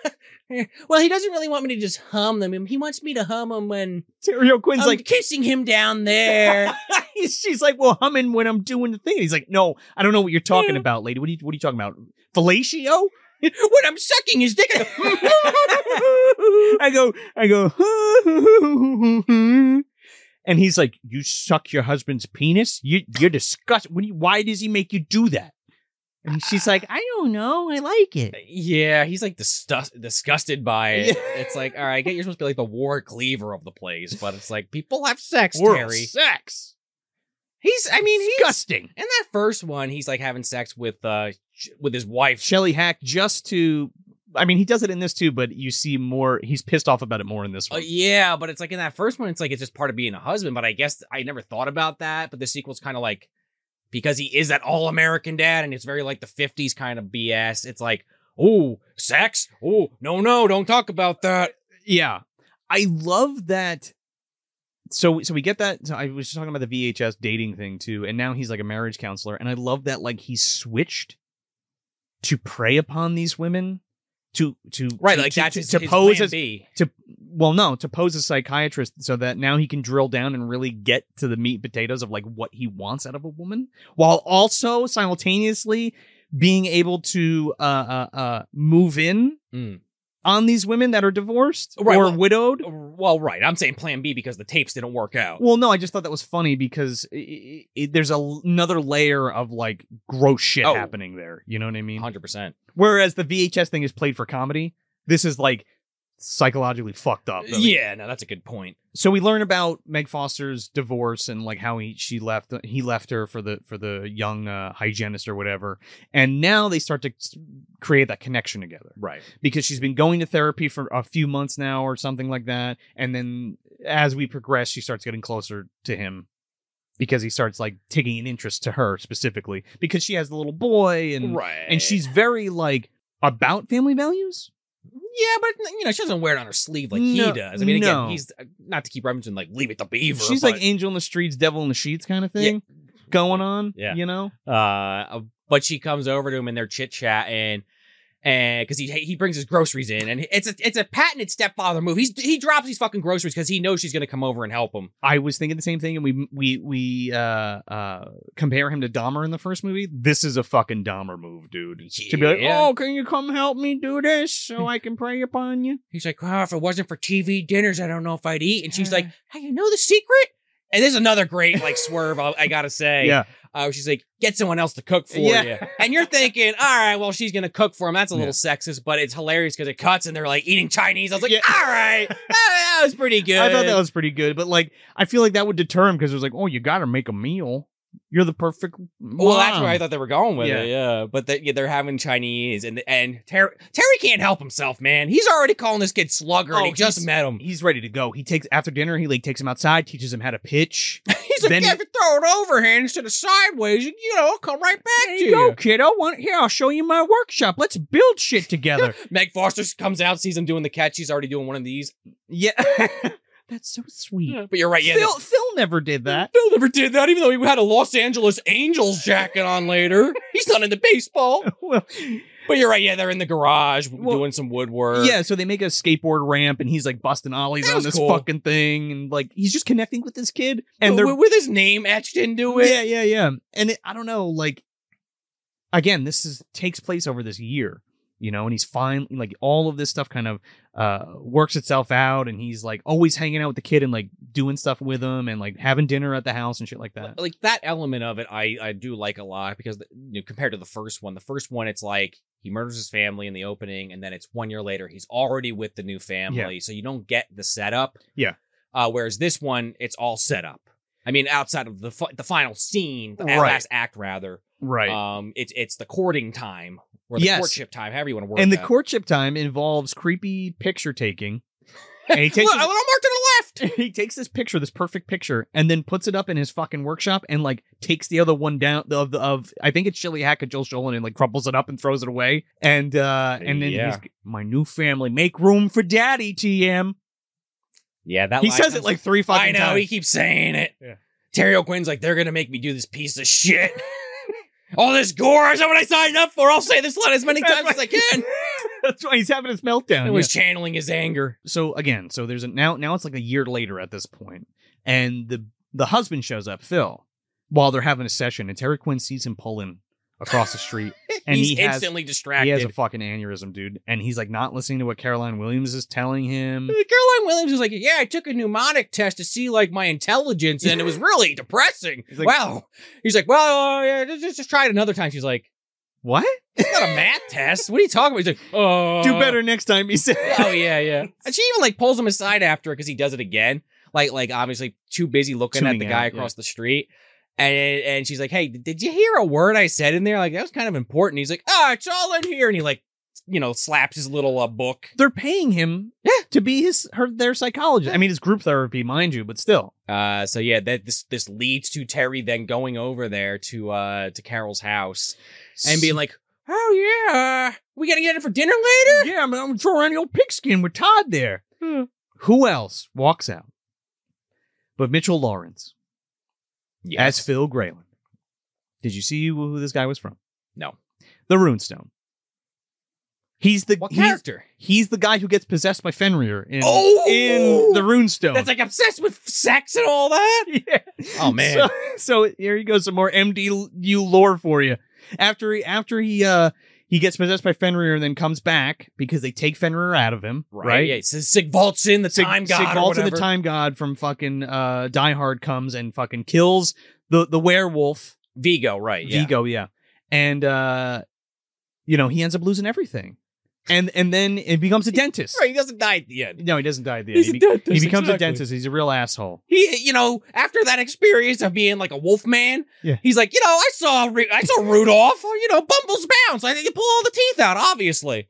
[laughs] well, he doesn't really want me to just hum them. He wants me to hum them when Terry O'Quinn's I'm like, [laughs] kissing him down there. He's- she's like, well, humming when I'm doing the thing. He's like, no, I don't know what you're talking about, lady. What are you What are you talking about? [laughs] Fellatio? when I'm sucking his dick. I go, [laughs] I go, [laughs] and he's like, you suck your husband's penis. You, you're disgusting. What do you, why does he make you do that? And she's like, I don't know. I like it. Yeah, he's like disgust- disgusted by it. It's like, all right, I get you're supposed to be like the war cleaver of the place, but it's like people have sex, Terry. sex. He's, I mean, he's Disgusting. in that first one, he's like having sex with uh sh- with his wife. Shelly Hack just to. I mean, he does it in this too, but you see more. He's pissed off about it more in this Uh, one. yeah, but it's like in that first one, it's like it's just part of being a husband. But I guess I never thought about that. But the sequel's kind of like because he is that all American dad, and it's very like the '50s kind of BS. It's like, oh, sex, oh, no, no, don't talk about that. yeah, I love that. So, so we get that. So I was just talking about the VHS dating thing too, and now he's like a marriage counselor, and I love that like he switched to prey upon these women, to to Right, to- like to, that's to, his, to his pose plan as B. to well no to pose as psychiatrist so that now he can drill down and really get to the meat and potatoes of like what he wants out of a woman while also simultaneously being able to uh uh, uh move in Mm. on these women that are divorced Right, or well- widowed Well, right. I'm saying plan B because the tapes didn't work out. well no i just thought that was funny because i i i there's a, another layer of like gross shit Oh. happening there you know what i mean 100%. whereas the vhs thing is played for comedy this is like psychologically fucked up Like, Yeah, no, that's a good point. so we learn about Meg Foster's divorce and like how he she left he left her for the for the young uh, hygienist or whatever, and now they start to s- create that connection together Right. because she's been going to therapy for a few months now or something like that, and then as we progress, she starts getting closer to him because he starts like taking an interest to her specifically because she has the little boy and right. and she's very like about family values Yeah, but you know, she doesn't wear it on her sleeve like he No, does. I mean, again, no. he's uh, not to keep referencing like leave it to Beaver. She's but, like angel in the streets, devil in the sheets kind of thing going on. Yeah. You know? uh, but she comes over to him and they're chit chatting, and because he he brings his groceries in, and it's a it's a patented stepfather move. He's he drops these fucking groceries because he knows she's gonna come over and help him. I was thinking the same thing, and we we we uh uh compare him to Dahmer in the first movie. This is a fucking Dahmer move, dude. To be like, Yeah. oh, can you come help me do this so I can prey upon you? He's like, oh, if it wasn't for TV dinners, I don't know if I'd eat. And she's like, Uh-huh. hey, you know the secret? And there's another great like swerve. I, I gotta say, Yeah. Uh, she's like, get someone else to cook for Yeah. you. And [laughs] you're thinking, all right, well, she's gonna cook for him. That's a little Yeah. sexist, but it's hilarious because it cuts and they're like eating Chinese. I was like, Yeah. all right, that, that was pretty [laughs] good. I thought that was pretty good, but like I feel like that would deter him because it was like, oh, you got to make a meal. You're the perfect. well, that's mom." where I thought they were going with Yeah. it, yeah. But they, yeah, they're having Chinese, and and Terry Terry can't help himself, man. He's already calling this kid Slugger, Oh, and he just he's- met him. He's ready to go. He takes after dinner. He like takes him outside, teaches him how to pitch. [laughs] He's like, Then- yeah, if you throw it overhand instead of sideways, you, you know, I'll come right back There to you you. go, kiddo. Want, here, I'll show you my workshop. Let's build shit together. Meg Foster comes out, sees him doing the catch. She's already doing one of these. [laughs] yeah, [laughs] that's so sweet. But you're right, yeah. [laughs] Phil, Phil never did that. Phil never did that, even though he had a Los Angeles Angels jacket on [laughs] later. He's not into baseball. well, But you're right, yeah, they're in the garage Well, doing some woodwork. yeah. So they make a skateboard ramp, and he's like busting ollies That on was this cool. fucking thing, and like he's just connecting with this kid, And and with, they're with his name etched into it. yeah, yeah, yeah. And it, I don't know, like again, this is takes place over this year, you know, and he's fine. Like all of this stuff kind of uh works itself out, and he's like always hanging out with the kid and like doing stuff with him, and like having dinner at the house and shit like that. like that element of it I I do like a lot because you know, compared to the first one the first one it's like he murders his family in the opening and then it's one year later he's already with the new family so you don't get the setup Yeah. uh whereas this one it's all set up I mean outside of the fi- the final scene the Right. last act rather Right. um it's it's the courting time or the Yes. courtship time however you want to word and the that. courtship time involves creepy picture taking. And [laughs] he takes Look, I his- want to mark to the left [laughs] he takes this picture, this perfect picture, and then puts it up in his fucking workshop and like takes the other one down of of I think it's Chili Hack and Joel Sholin and like crumples it up and throws it away. And uh and then Yeah. he's my new family, make room for daddy, TM. yeah that He line says it comes- like three fucking I know times. he keeps saying it. Yeah. Terry O'Quinn's like, they're gonna make me do this piece of shit. [laughs] All this gore is not what I signed up for. I'll say this line [laughs] as many times as I can. [laughs] That's why he's having his meltdown. It was channeling his anger. so again, so there's a now now it's like a year later at this point, and the the husband shows up, Phil, while they're having a session, and Terry Quinn sees him pulling across the [laughs] street, and He's he has instantly distracted. He has a fucking aneurysm, dude, and he's like not listening to what Caroline Williams is telling him. Caroline Williams was like, "Yeah, I took a mnemonic test to see like my intelligence, and it was really depressing." [laughs] He's like- wow. He's like, "Well, uh, yeah, just, just try it another time." She's like, [laughs] What? It's not a math test. What are you talking about? He's [laughs] like, oh, Do better next time, he said. Oh yeah, yeah. And she even like pulls him aside after because he does it again. Like, like obviously too busy looking at Tuning the out, guy across the street. And and she's like, hey, did you hear a word I said in there? Like that was kind of important. He's like, oh, it's all in here. And he like, you know, slaps his little uh, book. They're paying him to be his her their psychologist. I mean, it's group therapy, mind you, but still. Uh, so yeah, that this this leads to Terry then going over there to uh to Carol's house and being like, oh yeah, we gonna get it for dinner later. Yeah, I'm, I'm drawing old pigskin with Todd there. Who else walks out? But Mitchell Lawrence as Phil Grayland. Did you see who this guy was from? No. The Runestone. He's the What he's, character? he's the guy who gets possessed by Fenrir in, Oh! in the Runestone. [laughs] That's like obsessed with sex and all that. yeah. Oh man. So, so here you go, some more MDU lore for you. After he after he uh he gets possessed by Fenrir and then comes back because they take Fenrir out of him, right? Yeah, it says Sigvald's in the Sig- time god. or Sigvaldi the whatever. time god from fucking uh, Die Hard comes and fucking kills the the werewolf Vigo, right? Yeah. Vigo, yeah, and uh, you know he ends up losing everything, and and then it becomes a dentist. Right, he doesn't die at the end. No, he doesn't die at the end. he, He's a be- dentist, he becomes exactly. a dentist. He's a real asshole. He, you know, after that experience of being like a wolf man, Yeah. he's like, you know, I saw, Ru- I saw Rudolph, you know, Bumble's bounce. I think you pull all the teeth out, obviously.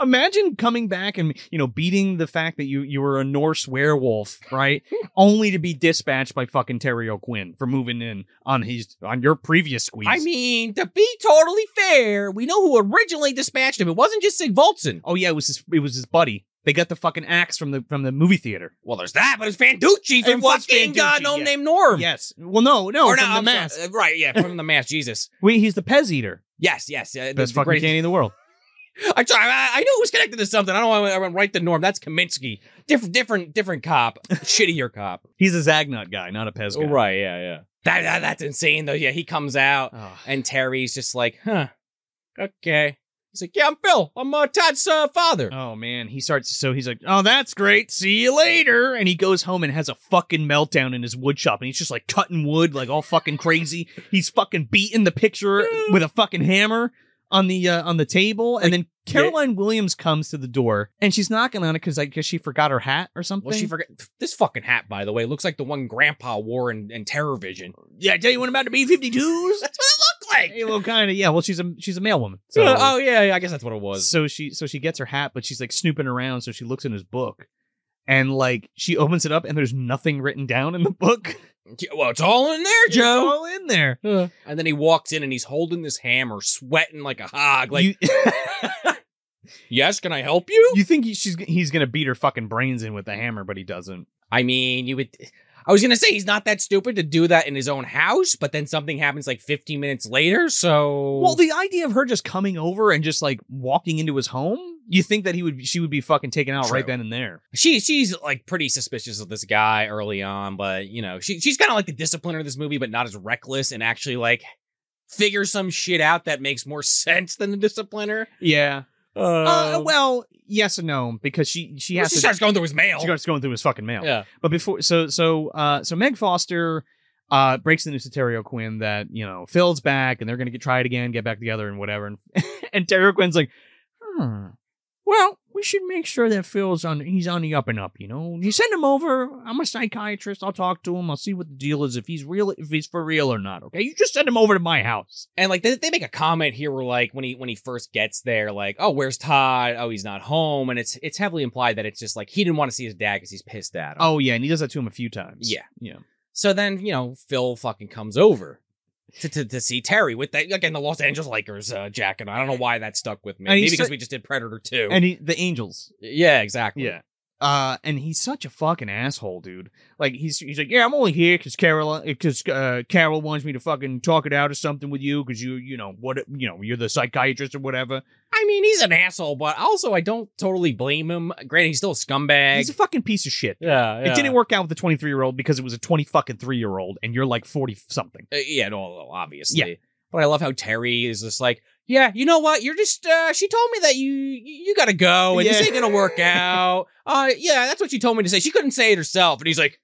Imagine coming back and you know beating the fact that you you were a Norse werewolf, [laughs] right? Only to be dispatched by fucking Terry O'Quinn for moving in on his on your previous squeeze. I mean, to be totally fair, we know who originally dispatched him. It wasn't just Sigvaldson. oh yeah, it was his, it was his buddy. They got the fucking axe from the from the movie theater. Well, there's that, but it's Fanducci from It was fucking Fanducci, God No yeah. Name Norm. Yes. Well, no, no, or from not, the mask. uh, right? Yeah, from the mask. Jesus. Wait, he's the Pez Eater. Yes, yes. Uh, the- Best the fucking greatest- candy in the world. I try. I, I knew it was connected to something. I don't want to write the norm. That's Kaminsky. Different, different, [laughs] different cop. Shittier cop. He's a Zagnut guy, not a Pez guy. Right. Yeah. Yeah. That, that that's insane though. Yeah. He comes out Ugh. and Terry's just like, huh, okay. He's like, yeah, I'm Phil. I'm uh, Todd's uh, father. Oh man, he starts. So he's like, "Oh, that's great. See you later." And he goes home and has a fucking meltdown in his wood shop, and he's just like cutting wood, like all fucking crazy. He's fucking beating the [laughs] picture with a fucking hammer on the uh, on the table, and then Caroline Williams comes to the door, and she's knocking on it because I guess she forgot her hat or something. well, she forgot this fucking hat, by the way. Looks like the one Grandpa wore in, in Terror Vision. yeah, I tell you what, I'm about to be 52s. That's what it looked like. Hey, well, kind of. Yeah. Well, she's a she's a male woman. So, [laughs] Uh, oh yeah, yeah, I guess that's what it was. so she so she gets her hat, but she's like snooping around. So she looks in his book, and like she opens it up, and there's nothing written down in the book. [laughs] Well, it's all in there, Joe. it's all in there. And then he walks in and he's holding this hammer, sweating like a hog. Like, you, [laughs] yes, can I help you? you think he, she's he's gonna beat her fucking brains in with the hammer, but he doesn't. I mean, you would. I was gonna say he's not that stupid to do that in his own house, but then something happens like 15 minutes later. So, Well, the idea of her just coming over and just like walking into his home, you think that he would she would be fucking taken out right True. then and there. she she's like pretty suspicious of this guy early on, but you know, she she's kind of like the discipliner of this movie, but not as reckless and actually like figure some shit out that makes more [laughs] sense than the discipliner. Yeah. Uh, Uh, well, yes and no because she she has she to starts going through his mail. she starts going through his fucking mail. yeah. But before, so so uh, so Meg Foster uh, breaks the news to Terry O'Quinn that you know Phil's back and they're gonna get try it again, get back together and whatever. And, [laughs] and Terry O'Quinn's like, hmm, well, we should make sure that Phil's on he's on the up and up. You know, you send him over. I'm a psychiatrist. I'll talk to him. I'll see what the deal is if he's real, if he's for real or not. Okay, you just send him over to my house. And like they, they make a comment here where like when he when he first gets there, like, oh, where's Todd? Oh, he's not home. And it's it's heavily implied that it's just like he didn't want to see his dad because he's pissed at him. Oh yeah, and he does that to him a few times. Yeah. yeah. So then, you know, Phil fucking comes over to, to, to see Terry with that again, the Los Angeles Lakers uh, jacket. I don't know why that stuck with me. And he Maybe because said- we just did Predator 2. And he, the angels, yeah, exactly. Yeah. Uh, and he's such a fucking asshole, dude. Like he's he's like, yeah, I'm only here because Carol because uh, Carol wants me to fucking talk it out or something with you because you you know what you know you're the psychiatrist or whatever. I mean, he's an asshole, but also I don't totally blame him. Granted, he's still a scumbag. He's a fucking piece of shit. yeah, It didn't work out with the 23 year old because it was a 20 fucking three year old, and you're like 40 something. Uh, yeah, no, obviously. Yeah. But I love how Terry is just like, yeah, you know what? You're just. Uh, she told me that you you you gotta go, and this Yeah. ain't [laughs] gonna work out. uh, yeah, that's what she told me to say. She couldn't say it herself, and he's like,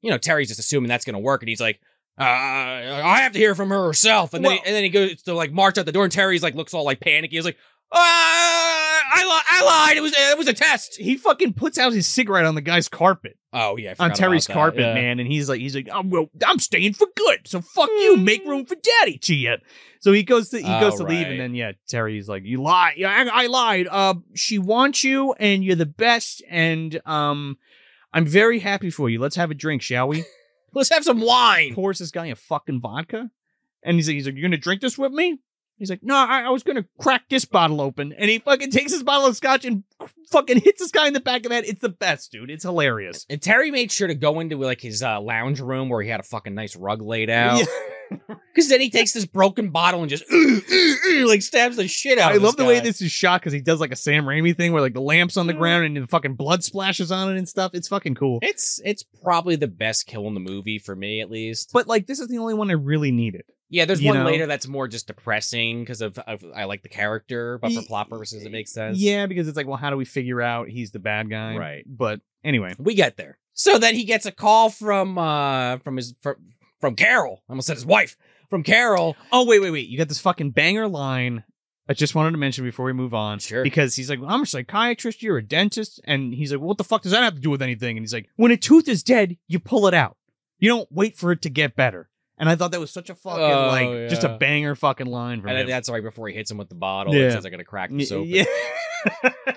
you know, Terry's just assuming that's gonna work, and he's like, uh, I have to hear from her herself. And then, Well- and then he goes to like march out the door, and Terry's like looks all like panicky. He's like, uh, I, li- I lied. It was it was a test. He fucking puts out his cigarette on the guy's carpet, Oh yeah, I forgot on about Terry's that. carpet, Yeah. man. And he's like, he's like, I'm, well, I'm staying for good. So fuck you. Make room for daddy, Chia. So he goes to he goes Oh, to leave, right. and then yeah, Terry's like, you lie. Yeah, I, I lied. Uh, she wants you, and you're the best. And um, I'm very happy for you. Let's have a drink, shall [laughs] we? Let's have some wine. pours this guy a fucking vodka, and he's like, he's like, "You're gonna drink this with me?" He's like, "No, I, I was gonna crack this bottle open," and he fucking takes his bottle of scotch and fucking hits this guy in the back of the head. It's the best, dude. It's hilarious. And Terry made sure to go into like his uh, lounge room where he had a fucking nice rug laid out. Because then he takes this broken bottle and just like stabs the shit out. I of love the Oh, this way guy. this is shot because he does like a Sam Raimi thing where like the lamps on the ground and the fucking blood splashes on it and stuff. It's fucking cool. It's it's probably the best kill in the movie for me, at least. But like, this is the only one I really needed. Yeah, there's You one know? later that's more just depressing because of, of I like the character, but for Ye- plot purposes, it makes sense. Yeah, because it's like, well, how do we figure out he's the bad guy? Right. But anyway, we get there. So then he gets a call from uh from his from, from Carol. I almost said his wife from Carol. Oh wait, wait, wait! You got this fucking banger line. I just wanted to mention before we move on, Sure. Because he's like, well, "I'm a psychiatrist, you're a dentist," and he's like, "What the fuck does that have to do with anything?" And he's like, "When a tooth is dead, you pull it out. You don't wait for it to get better." And I thought that was such a fucking Oh, like just yeah. a banger fucking line from And then him. that's right before he hits him with the bottle. Yeah. It says I gotta crack Y- this open. yeah, [laughs]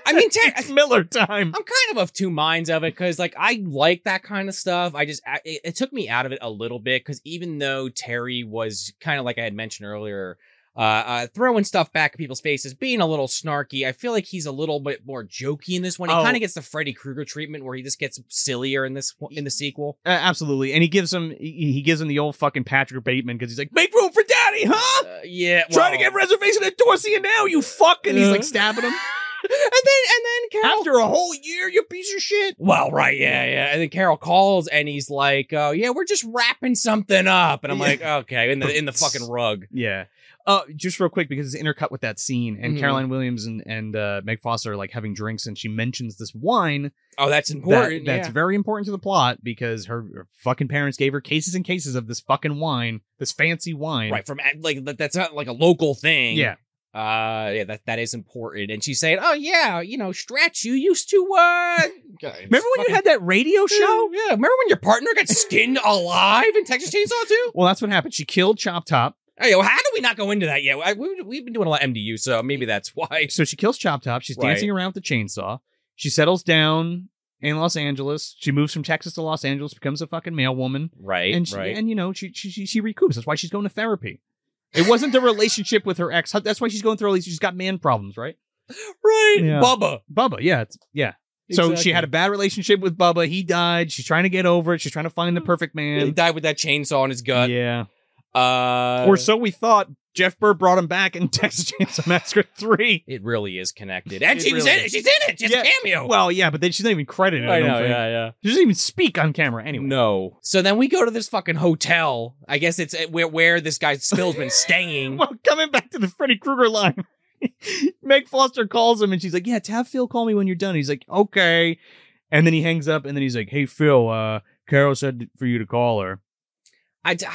I mean, Terry, it's Miller time. I'm kind of of two minds of it because, like, I like that kind of stuff. I just I, it, it took me out of it a little bit because even though Terry was kind of like I had mentioned earlier, uh, uh, throwing stuff back at people's faces, being a little snarky, I feel like he's a little bit more jokey in this one. He Oh. kind of gets the Freddy Krueger treatment where he just gets sillier in this in the sequel. Uh, absolutely, and he gives him he, he gives him the old fucking Patrick Bateman because he's like, "Make room for Daddy, huh? Uh, yeah, Trying to well- uh, get reservation at Dorsia now, you fuck!" And he's like stabbing him. and then and then Carol After a whole year, you piece of shit. Well, right, yeah, yeah. And then Carol calls and he's like, "Oh, yeah, we're just wrapping something up." And I'm like, "Okay," in the in the fucking rug. Yeah. Uh, just real quick because it's intercut with that scene, and Mhm. Caroline Williams and and uh, Meg Foster are like having drinks, and she mentions this wine Oh, that's that, important. that's yeah. very important to the plot because her, her fucking parents gave her cases and cases of this fucking wine, this fancy wine. right from like that, that's not like a local thing. Yeah. Uh, yeah, that that is important. And she's saying, "Oh yeah, you know, stretch. You used to [laughs] uh, Remember when you had that radio show? Yeah, remember when your partner got skinned alive in Texas Chainsaw too? Well, that's what happened. She killed Chop Top. Hey, well, how do we not go into that yet? I, we, we've been doing a lot of MDU, so maybe that's [laughs] why. So she kills Chop Top. She's Right. dancing around with the chainsaw. She settles down in Los Angeles. She moves from Texas to Los Angeles, becomes a fucking mailwoman. Right, and she, right. and you know she, she she she recoups. That's why she's going to therapy. It wasn't [laughs] the relationship with her ex. That's why she's going through all these. She's got man problems, right? right, Yeah. Bubba. Bubba, yeah, it's, yeah. So she Exactly. had a bad relationship with Bubba. He died. She's trying to get over it. She's trying to find the Mm. perfect He man. died with that chainsaw in his gut. yeah, Uh, or so we thought. Jeff Burr brought him back in [laughs] Texas Chainsaw Massacre Three. it really [laughs] is connected. And It she was really in it. is. She's in it. She's Yeah. a cameo. Well, yeah, but then she's not even credited. I, I don't know. think. Yeah, yeah. She doesn't even speak on camera. Anyway, No. So then we go to this fucking hotel. I guess it's at where where this guy [laughs] Spill's been [laughs] staying. Well, coming back to the Freddy Krueger line, [laughs] Meg Foster calls him and she's like, "Yeah, have Phil call me when you're done." He's like, "Okay," and then he hangs up and then he's like, "Hey Phil, uh, Carol said for you to call her." I d-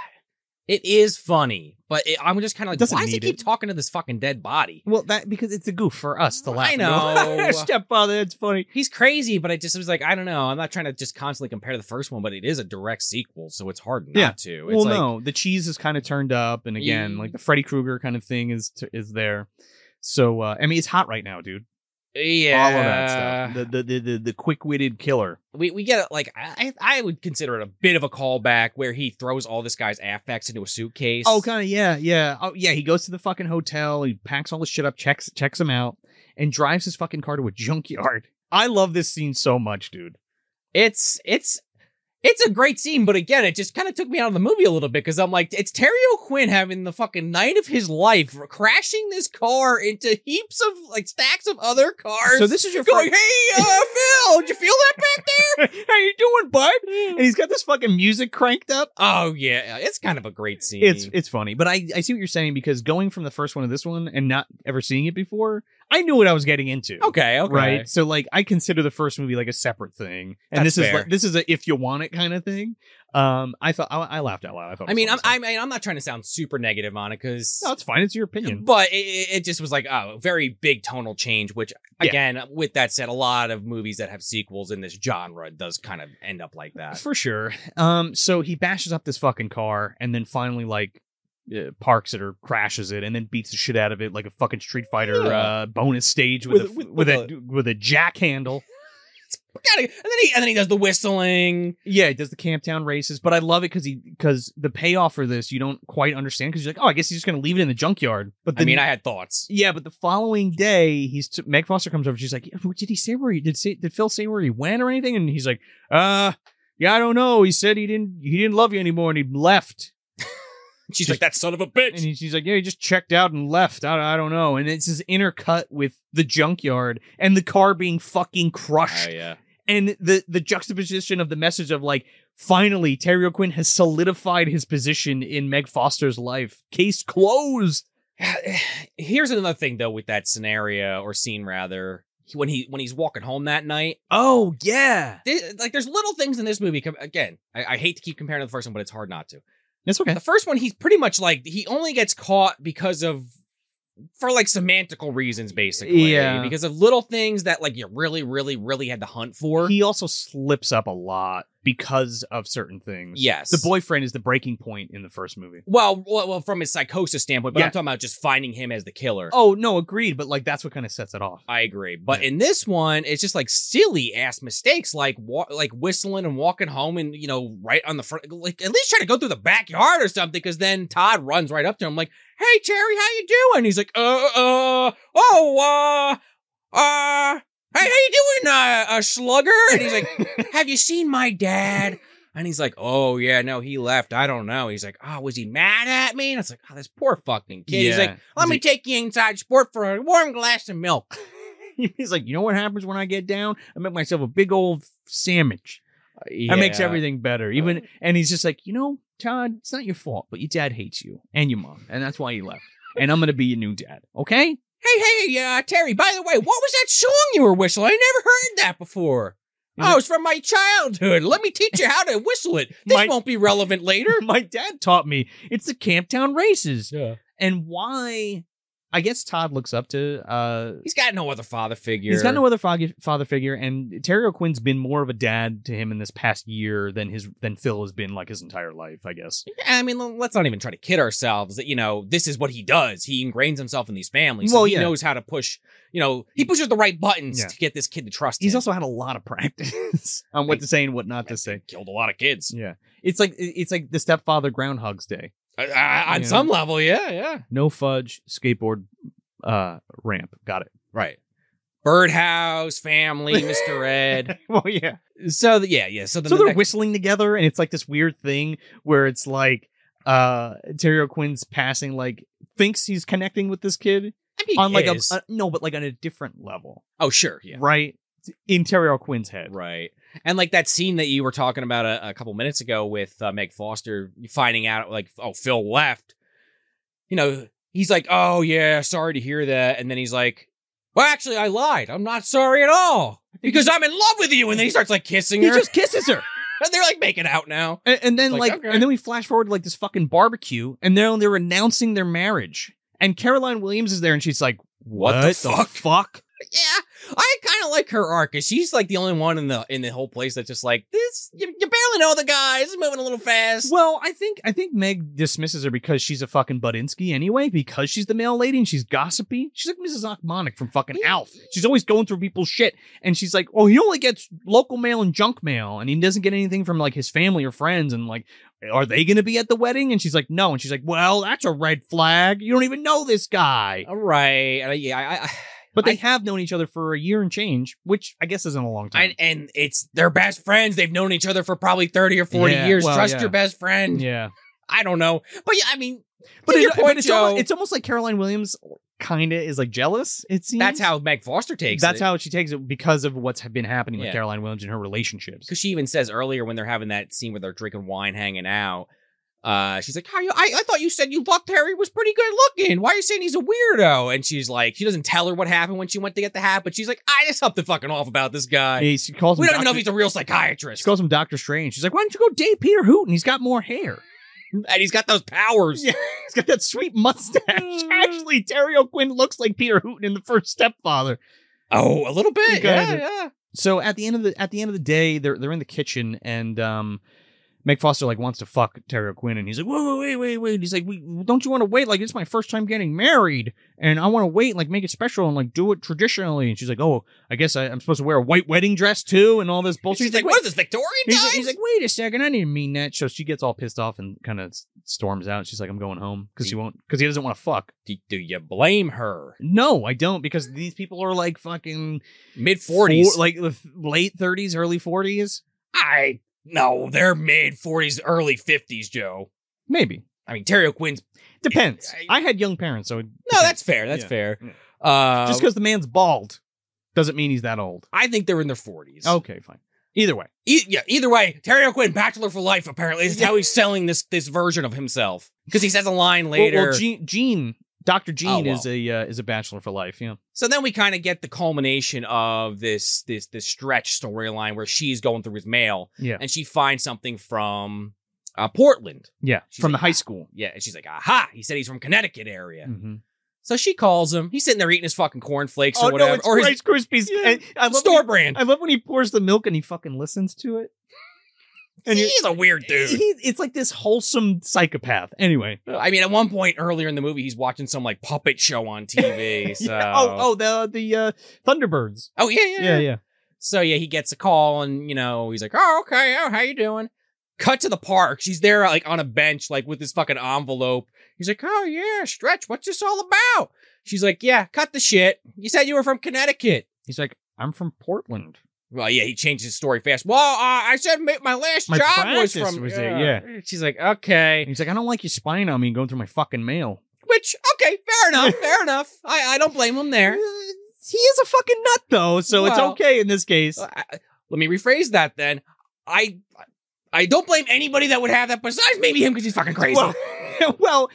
[sighs] it is funny, but it, I'm just kind of like, Doesn't why does he need keep it. talking to this fucking dead body? Well, that because it's a goof for us to laugh. I [laughs] know. stepfather. That's funny. He's crazy, but I just was like, I don't know. I'm not trying to just constantly compare the first one, but it is a direct sequel, so it's hard not Yeah. to. It's Well, like, no, the cheese is kind of turned up, and again, Ye- like the Freddy Krueger kind of thing is is there. So uh, I mean, it's hot right now, dude. yeah, All of that stuff. The the the the, the quick witted killer. we, we get like I I would consider it a bit of a callback where he throws all this guy's affects into a suitcase. Oh, kind of. Yeah, yeah. Oh, yeah. He goes to the fucking hotel. He packs all his shit up, checks checks him out, and drives his fucking car to a junkyard. I love this scene so much, dude. It's it's it's a great scene, but again, it just kind of took me out of the movie a little bit because I'm like, it's Terry O'Quinn having the fucking night of his life, crashing this car into heaps of like stacks of other cars. So this is your going, hey, uh, Phil, did you feel that back there? [laughs] How you doing, bud? Mm. And he's got this fucking music cranked up. oh yeah, it's kind of a great scene. It's it's funny, but I I see what you're saying because going from the first one to this one and not ever seeing it before, I knew what I was getting into. Okay, okay. Right. So like I consider the first movie like a separate thing. And That's this is fair. like this is a if you want it kind of thing. Um I thought I, I laughed out loud. I thought I it mean, I'm, was funny. I mean, I'm not trying to sound super negative on it because, no, it's fine. It's your opinion. but it- it, it just was like oh, very big tonal change. Which Yeah. again, with that said, a lot of movies that have sequels in this genre does kind of end up like that. For sure. Um, so he bashes up this fucking car and then finally like uh, parks it or crashes it and then beats the shit out of it like a fucking Street Fighter Yeah. uh, bonus stage with With- a, with- with, a with a jack handle. Gotta- and then he and then he does the whistling. Yeah, he does the Camptown races, but I love it because he because the payoff for this you don't quite understand because you're like, oh, I guess he's just gonna leave it in the junkyard. But I then, mean, I had thoughts. yeah, but the following day he's t- Meg Foster comes over. She's like, "What did he say where he did say did Phil say where he went or anything? And he's like, uh, yeah, I don't know. He said he didn't he didn't love you anymore and he left. She's like, "That son of a bitch." And he- she's like, yeah, he just checked out and left. I, I don't know. And it's this intercut with the junkyard and the car being fucking crushed. yeah. And the, the juxtaposition of the message of like, finally, Terry O'Quinn has solidified his position in Meg Foster's life. Case closed. [sighs] Here's another thing though with that scenario or scene rather. When he when he's walking home that night, Oh, yeah. thi- like there's little things in this movie. com- Again, I, I hate to keep comparing to the first one, but it's hard not to. That's okay. The first one, he's pretty much like he only gets caught because of for like semantical reasons, basically. Yeah. Because of little things that like you really, really, really had to hunt for. He also slips up a lot because of certain things. yes. The boyfriend is the breaking point in the first movie. Well, well, well, from his psychosis standpoint, but I'm Yeah. talking about just finding him as the killer. Oh, no, agreed. But like, that's what kind of sets it off. I agree, but in this one, it's just like silly ass mistakes, like wa- like whistling and walking home, and you know, right on the front. Like at least try to go through the backyard or something, because then Todd runs right up to him, like, "Hey, Terry, how you doing?" He's like, "Uh, uh, oh, uh, uh, hey, how you doing, uh, uh slugger?" And he's like, [laughs] "Have you seen my dad?" And he's like, "Oh yeah, no, he left. I don't know." He's like, "Oh, was he mad at me?" And I was like, "Oh, this poor fucking kid." He's like, "Let me take you inside, sport, for a warm glass of milk." [laughs] He's like, you know what happens when I get down? I make myself a big old sandwich. That makes Yeah. everything better. Even and he's just like, you know, Todd, it's not your fault, but your dad hates you and your mom, and that's why he left. And I'm gonna be your new dad, okay? Hey, hey, uh, Terry. By the way, what was that song you were whistling? I never heard that before. Is oh, it- it's from my childhood. Let me teach you how to whistle it. This My- won't be relevant later. [laughs] My dad taught me it's the Camptown races Yeah. and why. I guess Todd looks up to. uh He's got no other father figure. He's got no other fog- father figure, and Terry O'Quinn's been more of a dad to him in this past year than his than Phil has been like his entire life. I guess. I mean, l- let's not even try to kid ourselves that, you know, this is what he does. He ingrains himself in these families. so Well, he yeah. knows how to push, you know, he pushes the right buttons Yeah. to get this kid to trust He's him. also had a lot of practice [laughs] on what to say and what not to say. killed a lot of kids. Yeah. It's like it's like the stepfather groundhog's day. Uh, uh, on Yeah. some level, yeah, yeah. No fudge, skateboard uh ramp. Got [laughs] it. Right. Birdhouse, family, Mr. Ed. well, yeah. So, th- yeah, yeah. So, then So the they're next- whistling together and it's like this weird thing where it's like uh Terry O'Quinn's passing like thinks he's connecting with this kid I mean, on like a, yes. a- no, but like on a different level. oh sure yeah Right? In Terry O'Quinn's head. right and like that scene that you were talking about a, a couple minutes ago with uh, Meg Foster finding out like oh Phil left you know he's like oh yeah sorry to hear that and then he's like well actually I lied I'm not sorry at all because I'm in love with you and then he starts like kissing He her just kisses her. [laughs] and they're like making out now And, and then Like, like, okay. and then we flash forward to like this fucking barbecue, and they're they're announcing their marriage, and Caroline Williams is there, and she's like, "What, the fuck?" fuck? yeah I kind of like her arc because she's like the only one in the in the whole place that's just like this you, you barely know the guy this is moving a little fast Well, I think I think Meg dismisses her because she's a fucking Budinsky anyway, because she's the male lady and she's gossipy. She's like Mrs. Achmonic from fucking Alf. She's always going through people's shit, and she's like, "Oh, he only gets local mail and junk mail, and he doesn't get anything from like his family or friends." And like, are they going to be at the wedding? And she's like, "No," and she's like, "Well, that's a red flag. You don't even know this guy." all right Uh, yeah I, [sighs] I But they I- have known each other for a year and change, which I guess isn't a long time. And, and it's their best friends. They've known each other for probably 30 or 40 Yeah, years. well, Trust yeah. your best friend. yeah, I don't know. But yeah, I mean, but, to it- your but point, it's, Joe, almost, it's almost like Caroline Williams kind of is like jealous. It seems that's how Meg Foster takes Mm-hmm. that's it. how she takes it because of what's been happening Yeah. with Caroline Williams and her relationships. Because she even says earlier when they're having that scene where they're drinking wine, hanging out, Uh, she's like, "How you? I, I thought you said you thought Terry was pretty good looking. Why are you saying he's a weirdo?" And she's like, she doesn't tell her what happened when she went to get the hat, but she's like, "I just something fucking off about this guy. He she calls him we don't Dr. even know if he's a real psychiatrist, she calls him Doctor Strange. She's like, why don't you go date Peter Hooten? He's got more hair. and he's got those powers." Yeah. He's got that sweet mustache. [laughs] Hmm. Actually, Terry O'Quinn looks like Peter Hooten in the first Stepfather. Oh, a little He bit. got Yeah, it. yeah. So at the end of the at the end of the day, they're they're in the kitchen and um Meg Foster like wants to fuck Terry O'Quinn and he's like, whoa, whoa, wait, wait, wait. He's like, we, don't you want to wait? Like it's my first time getting married and I want to wait and like make it special and like do it traditionally. And she's like, oh, I guess I, I'm supposed to wear a white wedding dress too and all this bullshit. She's like, "Wait." "What is this Victorian He's times?" like, he's like, wait a second, I didn't mean that. So she gets all pissed off and kind of storms out. She's like, I'm going home because she won't because he doesn't want to fuck. do, do you blame her? No, I don't because these people are like fucking Mid forties, forties, like the f- late thirties, early forties, I no, they're mid forties, early fifties, Joe. maybe. I mean, Terry O'Quinn's. Depends. I- I, had young parents, so it [laughs] No, depends. that's fair. That's Yeah. fair. Yeah. Uh, just because the man's bald doesn't mean he's that old. I think they're in their forties. Okay, fine. Either way, E- yeah, either way, Terry O'Quinn, Bachelor for Life, apparently. This is how he's selling this this version of himself. Because he says a line Well- later. Well, Gene, Gene Doctor Gene well. is a uh, is a bachelor for life. Yeah, so then we kind of get the culmination of this this this stretch storyline where she's going through his mail yeah, and she finds something from uh, Portland. yeah. She's From like, the high "Ah." school. Yeah, and she's like, aha, he said he's from Connecticut area. Mm-hmm. So she calls him. He's sitting there eating his fucking cornflakes Oh or whatever. no, it's or his Rice Krispies. Yeah. And I love when store he- brand. I love when he pours the milk and he fucking listens to it. And you're- he's a weird [laughs] dude. He, it's like this wholesome psychopath. Anyway. I mean, at one point earlier in the movie, he's watching some like puppet show on TV. So, [laughs] Yeah. Oh, oh, the the uh, Thunderbirds. Oh, yeah, yeah, yeah, Yeah, yeah. So yeah, he gets a call, and you know, he's like, "Oh, okay, oh, how you doing?" Cut to the park. She's there, like on a bench, like with this fucking envelope. He's like, "Oh yeah, stretch. What's this all about?" She's like, "Yeah, cut the shit. You said you were from Connecticut." He's like, I'm from Portland. Well, yeah, he changed his story fast. Well, uh, I said ma- my last My job was practice from was there, yeah. She's like, "Okay." And he's like, I don't like you spying on me and going through my fucking mail. Which, okay, [laughs] fair enough, fair enough. I, I don't blame him Uh, there. He is a fucking nut though, so it's Well- okay in this case. Uh, I- Let me rephrase that then. I I don't blame anybody that would have that besides maybe him because he's fucking crazy. Well, [laughs] well,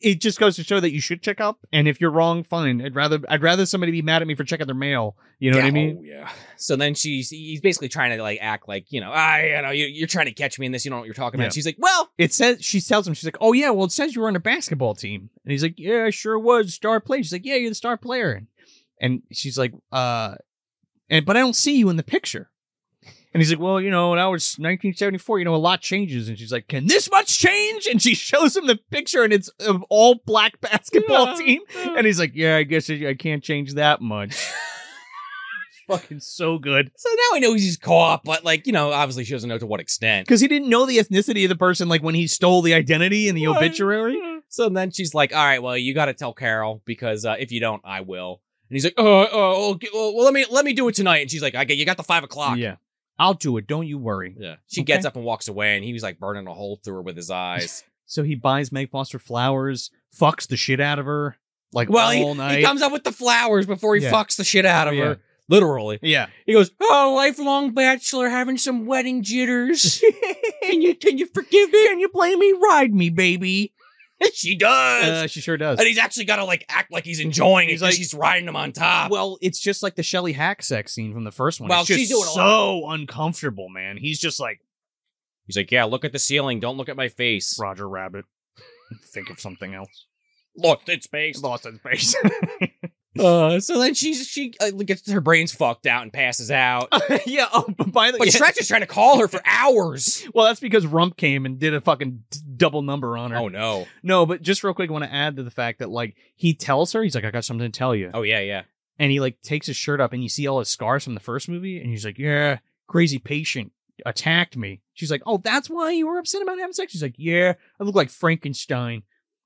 it just goes to show that you should check up, and if you're wrong, fine. I'd rather I'd rather somebody be mad at me for checking their mail. You know what I mean? Oh, yeah. So then she's he's basically trying to like act like you know I you know you, you're trying to catch me in this. You don't know what you're talking about. Yeah. She's like, well, It says she tells him she's like, oh yeah, well it says you were on a basketball team, and he's like, yeah, I sure was star player. She's like, yeah, you're the star player, and she's like, uh, and but I don't see you in the picture. And he's like, well, you know, that was 1974. You know, a lot changes. And she's like, can this much change? And she [laughs] shows him the picture, and it's of all black [laughs] basketball team. And he's like, yeah, I guess I I can't change that much. Fucking so good. so now we know he's caught, but like you know obviously she doesn't know to what extent. Because he didn't know the ethnicity of the person, like when he stole the identity in the Right. obituary. So then she's like, all right, well you got to tell Carol because uh, if you don't, I will. And he's like, oh, oh, okay, well, well, let me let me do it tonight. And she's like, I get you got the five o'clock. Yeah. I'll do it. Don't you worry. Yeah. She Okay. gets up and walks away, and he was like burning a hole through her with his eyes. So he buys Meg Foster flowers, fucks the shit out of her, [laughs] like well, all he, night. he comes up with the flowers before he Yeah. fucks the shit out of Yeah. her. Literally. yeah. He goes, Oh, lifelong bachelor having some [laughs] wedding jitters. can you can you forgive me? Can you blame me? Ride me, baby. [laughs] she does. Uh, she sure does. and he's actually gotta like act like he's enjoying He's it because like- she's riding him on top. Well, it's just like the Shelly Hack sex scene from the first one. Well, It's just she's doing a so uncomfortable, man. He's just like he's like, Yeah, look at the ceiling, don't look at my face. Roger Rabbit. Think of something else. Lost in space. Lost in space. [laughs] Uh, so then she's she uh, gets her brains fucked out and passes out. [laughs] yeah. Oh, but by the But Stretch is trying to call [laughs] her for hours. well, that's because Rump came and did a fucking d- double number on her. Oh no. No, but just real quick, I want to add to the fact that like he tells her, he's like, I got something to tell you. Oh yeah, yeah. And he like takes his shirt up and you see all his scars from the first movie, and he's like, Yeah, crazy patient attacked me. She's like, Oh, that's why you were upset about having sex? He's like, Yeah, I look like Frankenstein.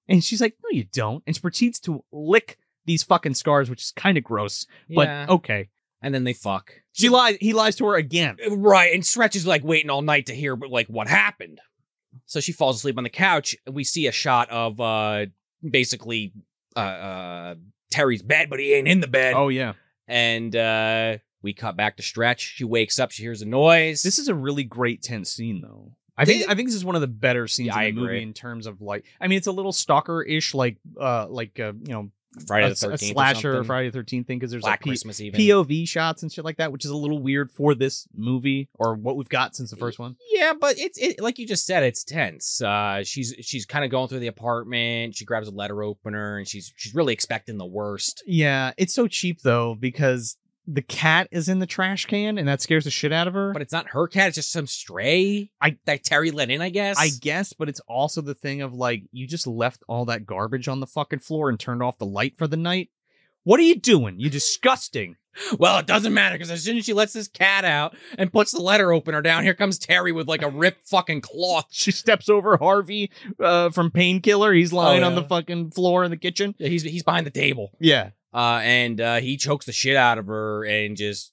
And she's like, No, you don't. And she proceeds to lick these fucking scars, which is kind of gross. But Yeah. okay. And then they fuck. She lies he lies to her again. Right, and Stretch is like waiting all night to hear like what happened. So she falls asleep on the couch, and we see a shot of uh basically uh, uh Terry's bed, but he ain't in the bed. Oh yeah. And uh we cut back to Stretch. She wakes up, she hears a noise. This is a really great tense scene though. I think I think this is one of the better scenes Yeah, I in the movie agree. in terms of like I mean it's a little stalker ish like uh like uh, you know Friday a, the s- a Thirteenth, slasher or Friday the Thirteenth thing because there's Black like P- Christmas even. POV shots and shit like that, which is a little weird for this movie or what we've got since the first one. Yeah, but it's it like you just said, it's tense. Uh, she's she's kind of going through the apartment. She grabs a letter opener and she's she's really expecting the worst. Yeah, it's so cheap though because the cat is in the trash can and that scares the shit out of her. But it's not her cat; it's just some stray I- that Terry let in, I guess. I guess, but it's also the thing of like you just left all that garbage on the fucking floor and turned off the light for the night. What are you doing? You disgusting. [laughs] [laughs] well, it doesn't matter because as soon as she lets this cat out and puts the letter opener down, here comes Terry [laughs] with like a ripped fucking cloth. She steps over Harvey uh, from Painkiller. He's lying Oh, on the yeah. fucking floor in the kitchen. Yeah, He's he's behind the table, Yeah, uh, and uh, he chokes the shit out of her and just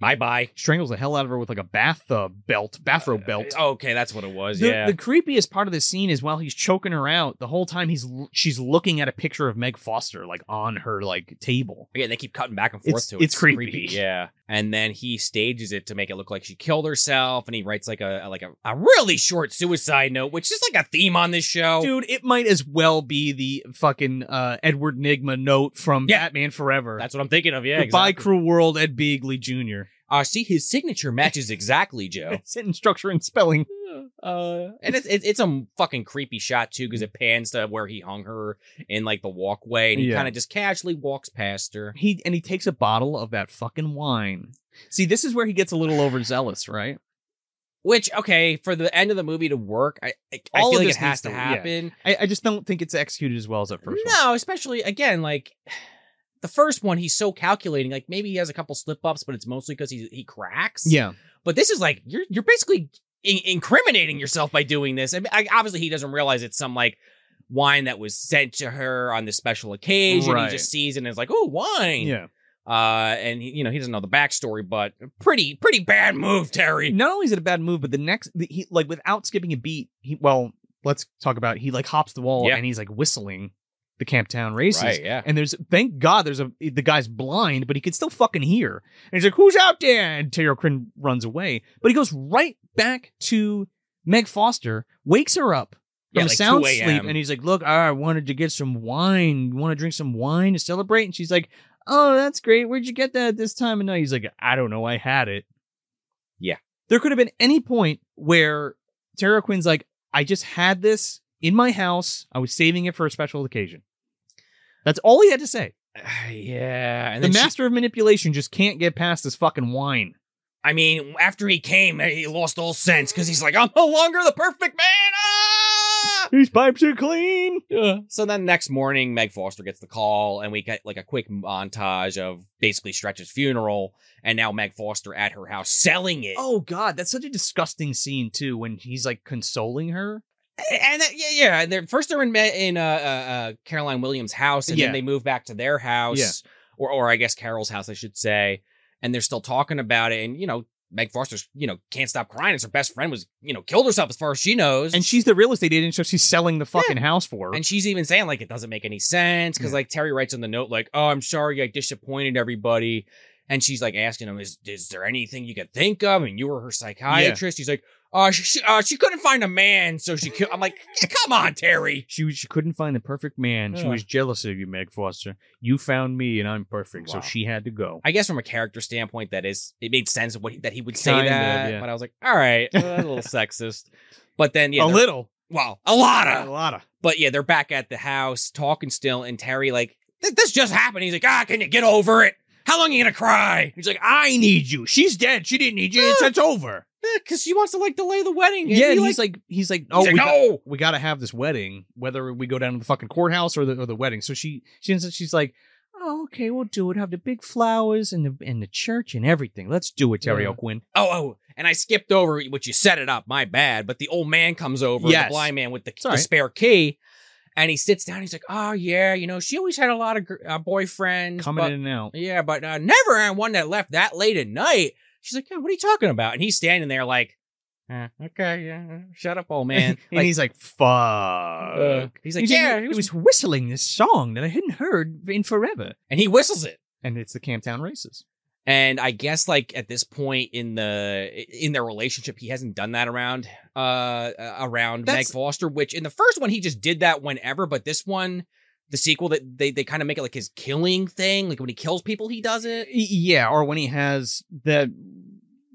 bye bye. strangles the hell out of her with like a bath uh, belt, bathrobe belt. Okay, that's what it was. The, yeah, the creepiest part of this scene is while he's choking her out, the whole time he's l- she's looking at a picture of Meg Foster like on her like table. Yeah, they keep cutting back and forth It's- to it. it's creepy. [laughs] Yeah. And then he stages it to make it look like she killed herself and he writes like a like a, a really short suicide note, which is like a theme on this show. Dude, it might as well be the fucking uh, Edward Nigma note from Yeah. Batman Forever. That's what I'm thinking of. Yeah. Goodbye, exactly. cruel world, Ed Beagley Jr. Uh, see, his signature matches exactly, [laughs] Joe. Sentence structure and spelling. [laughs] Uh, and it's it's, it's a fucking creepy shot too because it pans to where he hung her in like the walkway and he Yeah. kind of just casually walks past her. [laughs] He and he takes a bottle of that fucking wine. See, this is where he gets a little overzealous, right? Which okay for the end of the movie to work, I I, I All feel of like this it has needs to to- yeah. happen. I, I just don't think it's executed as well as that first one. No, especially again, like [sighs] the first one, he's so calculating. Like maybe he has a couple slip ups, but it's mostly because he he cracks. Yeah. But this is like you're you're basically in- incriminating yourself by doing this. I mean, I, obviously he doesn't realize it's some like wine that was sent to her on this special occasion. Right. He just sees it and is like, oh, wine. Yeah. Uh, and he, you know he doesn't know the backstory, but pretty pretty bad move, Terry. Not only is it a bad move, but the next the, he like without skipping a beat, he well, let's talk about he like hops the wall Yeah. and he's like whistling the Camp Town races. yeah. And there's thank God there's a the guy's blind, but he could still fucking hear. And he's like, "Who's out there?" And Terry O'Quinn runs away, but he goes right back to Meg Foster, wakes her up from Yeah, a like sound 2 sleep, a.m.. and he's like, "Look, I wanted to get some wine. You want to drink some wine to celebrate?" And she's like, "Oh, that's great. Where'd you get that at this time of night?" He's like, "I don't know. I had it." Yeah. there could have been any point where Terry O'Quinn's like, "I just had this." In my house, I was saving it for a special occasion. That's all he had to say. [sighs] yeah. And the then she- master of manipulation just can't get past this fucking wine. I mean, after he came, eh, he lost all sense because he's like, I'm no longer the perfect man. Ah! These pipes are clean. So then next morning, Meg Foster gets the call, and we get like a quick montage of basically Stretch's funeral, and now Meg Foster at her house selling it. Oh god, that's such a disgusting scene too when he's like consoling her. and that- yeah, yeah. And they're, first they're in Ma- in uh, uh, uh, Caroline Williams' house, and Yeah. then they move back to their house, or or I guess Carol's house, I should say. And they're still talking about it, and you know, Meg Foster's you know can't stop crying. As her best friend was you know killed herself, as far as she knows, And she's the real estate agent, so she's selling the fucking house for her. And she's even saying like it doesn't make any sense because like Terry writes on the note like, "Oh, I'm sorry, I disappointed everybody," and she's like asking him, "Is is there anything you could think of?" And you were her psychiatrist. He's like, "Oh, she she, uh, she couldn't find a man, so she killed." I'm like, [laughs] "Come on, Terry." she, she couldn't find the perfect man. She Yeah. was jealous of you, Meg Foster. You found me and I'm perfect, so Wow. she had to go. I guess from a character standpoint, that is, it made sense of what he, that he would say Kind of, that. yeah. But I was like, "All right, uh, [laughs] a little sexist." But then, yeah, a they're- little. wow, [clears throat] a lot of A lot of. But yeah, they're back at the house talking still, and Terry like, "Th- this just happened. He's like, ah, can you get over it? How long are you gonna cry? He's like, I need you. She's dead. She didn't need you. It's, it's over. Because "Eh, she wants to like delay the wedding. Yeah, he, and like, he's like, he's like, he's oh, like, we got- no. we got to have this wedding, whether we go down to the fucking courthouse or the or the wedding. So she she ends up- she's like, oh, okay, we'll do it. Have the big flowers and the and the church and everything. Let's do it, Terry Yeah. O'Quinn. Oh, oh, and I skipped over which you set it up. My bad. But the old man comes over, Yes. the blind man with the, all the right. spare key, and he sits down. He's like, oh yeah, you know, she always had a lot of gr- uh, boyfriends Coming but- in and [laughs] out. Yeah, but uh, never had one that left that late at night. She's like, yeah, what are you talking about? And he's standing there like, eh, okay, yeah, shut up, old [laughs] man. and Like, he's like, fuck. uh, he's like, He's yeah, he he was, was, whistling this song that I hadn't heard in forever. and he whistles it. And it's the Camptown Races. And I guess like at this point in the in their relationship, he hasn't done that around uh, uh around Meg That's- Foster, which in the first one he just did that whenever, but this one, the sequel that they they kind of make it like his killing thing, like when he kills people, he does it. Yeah, or when he has that,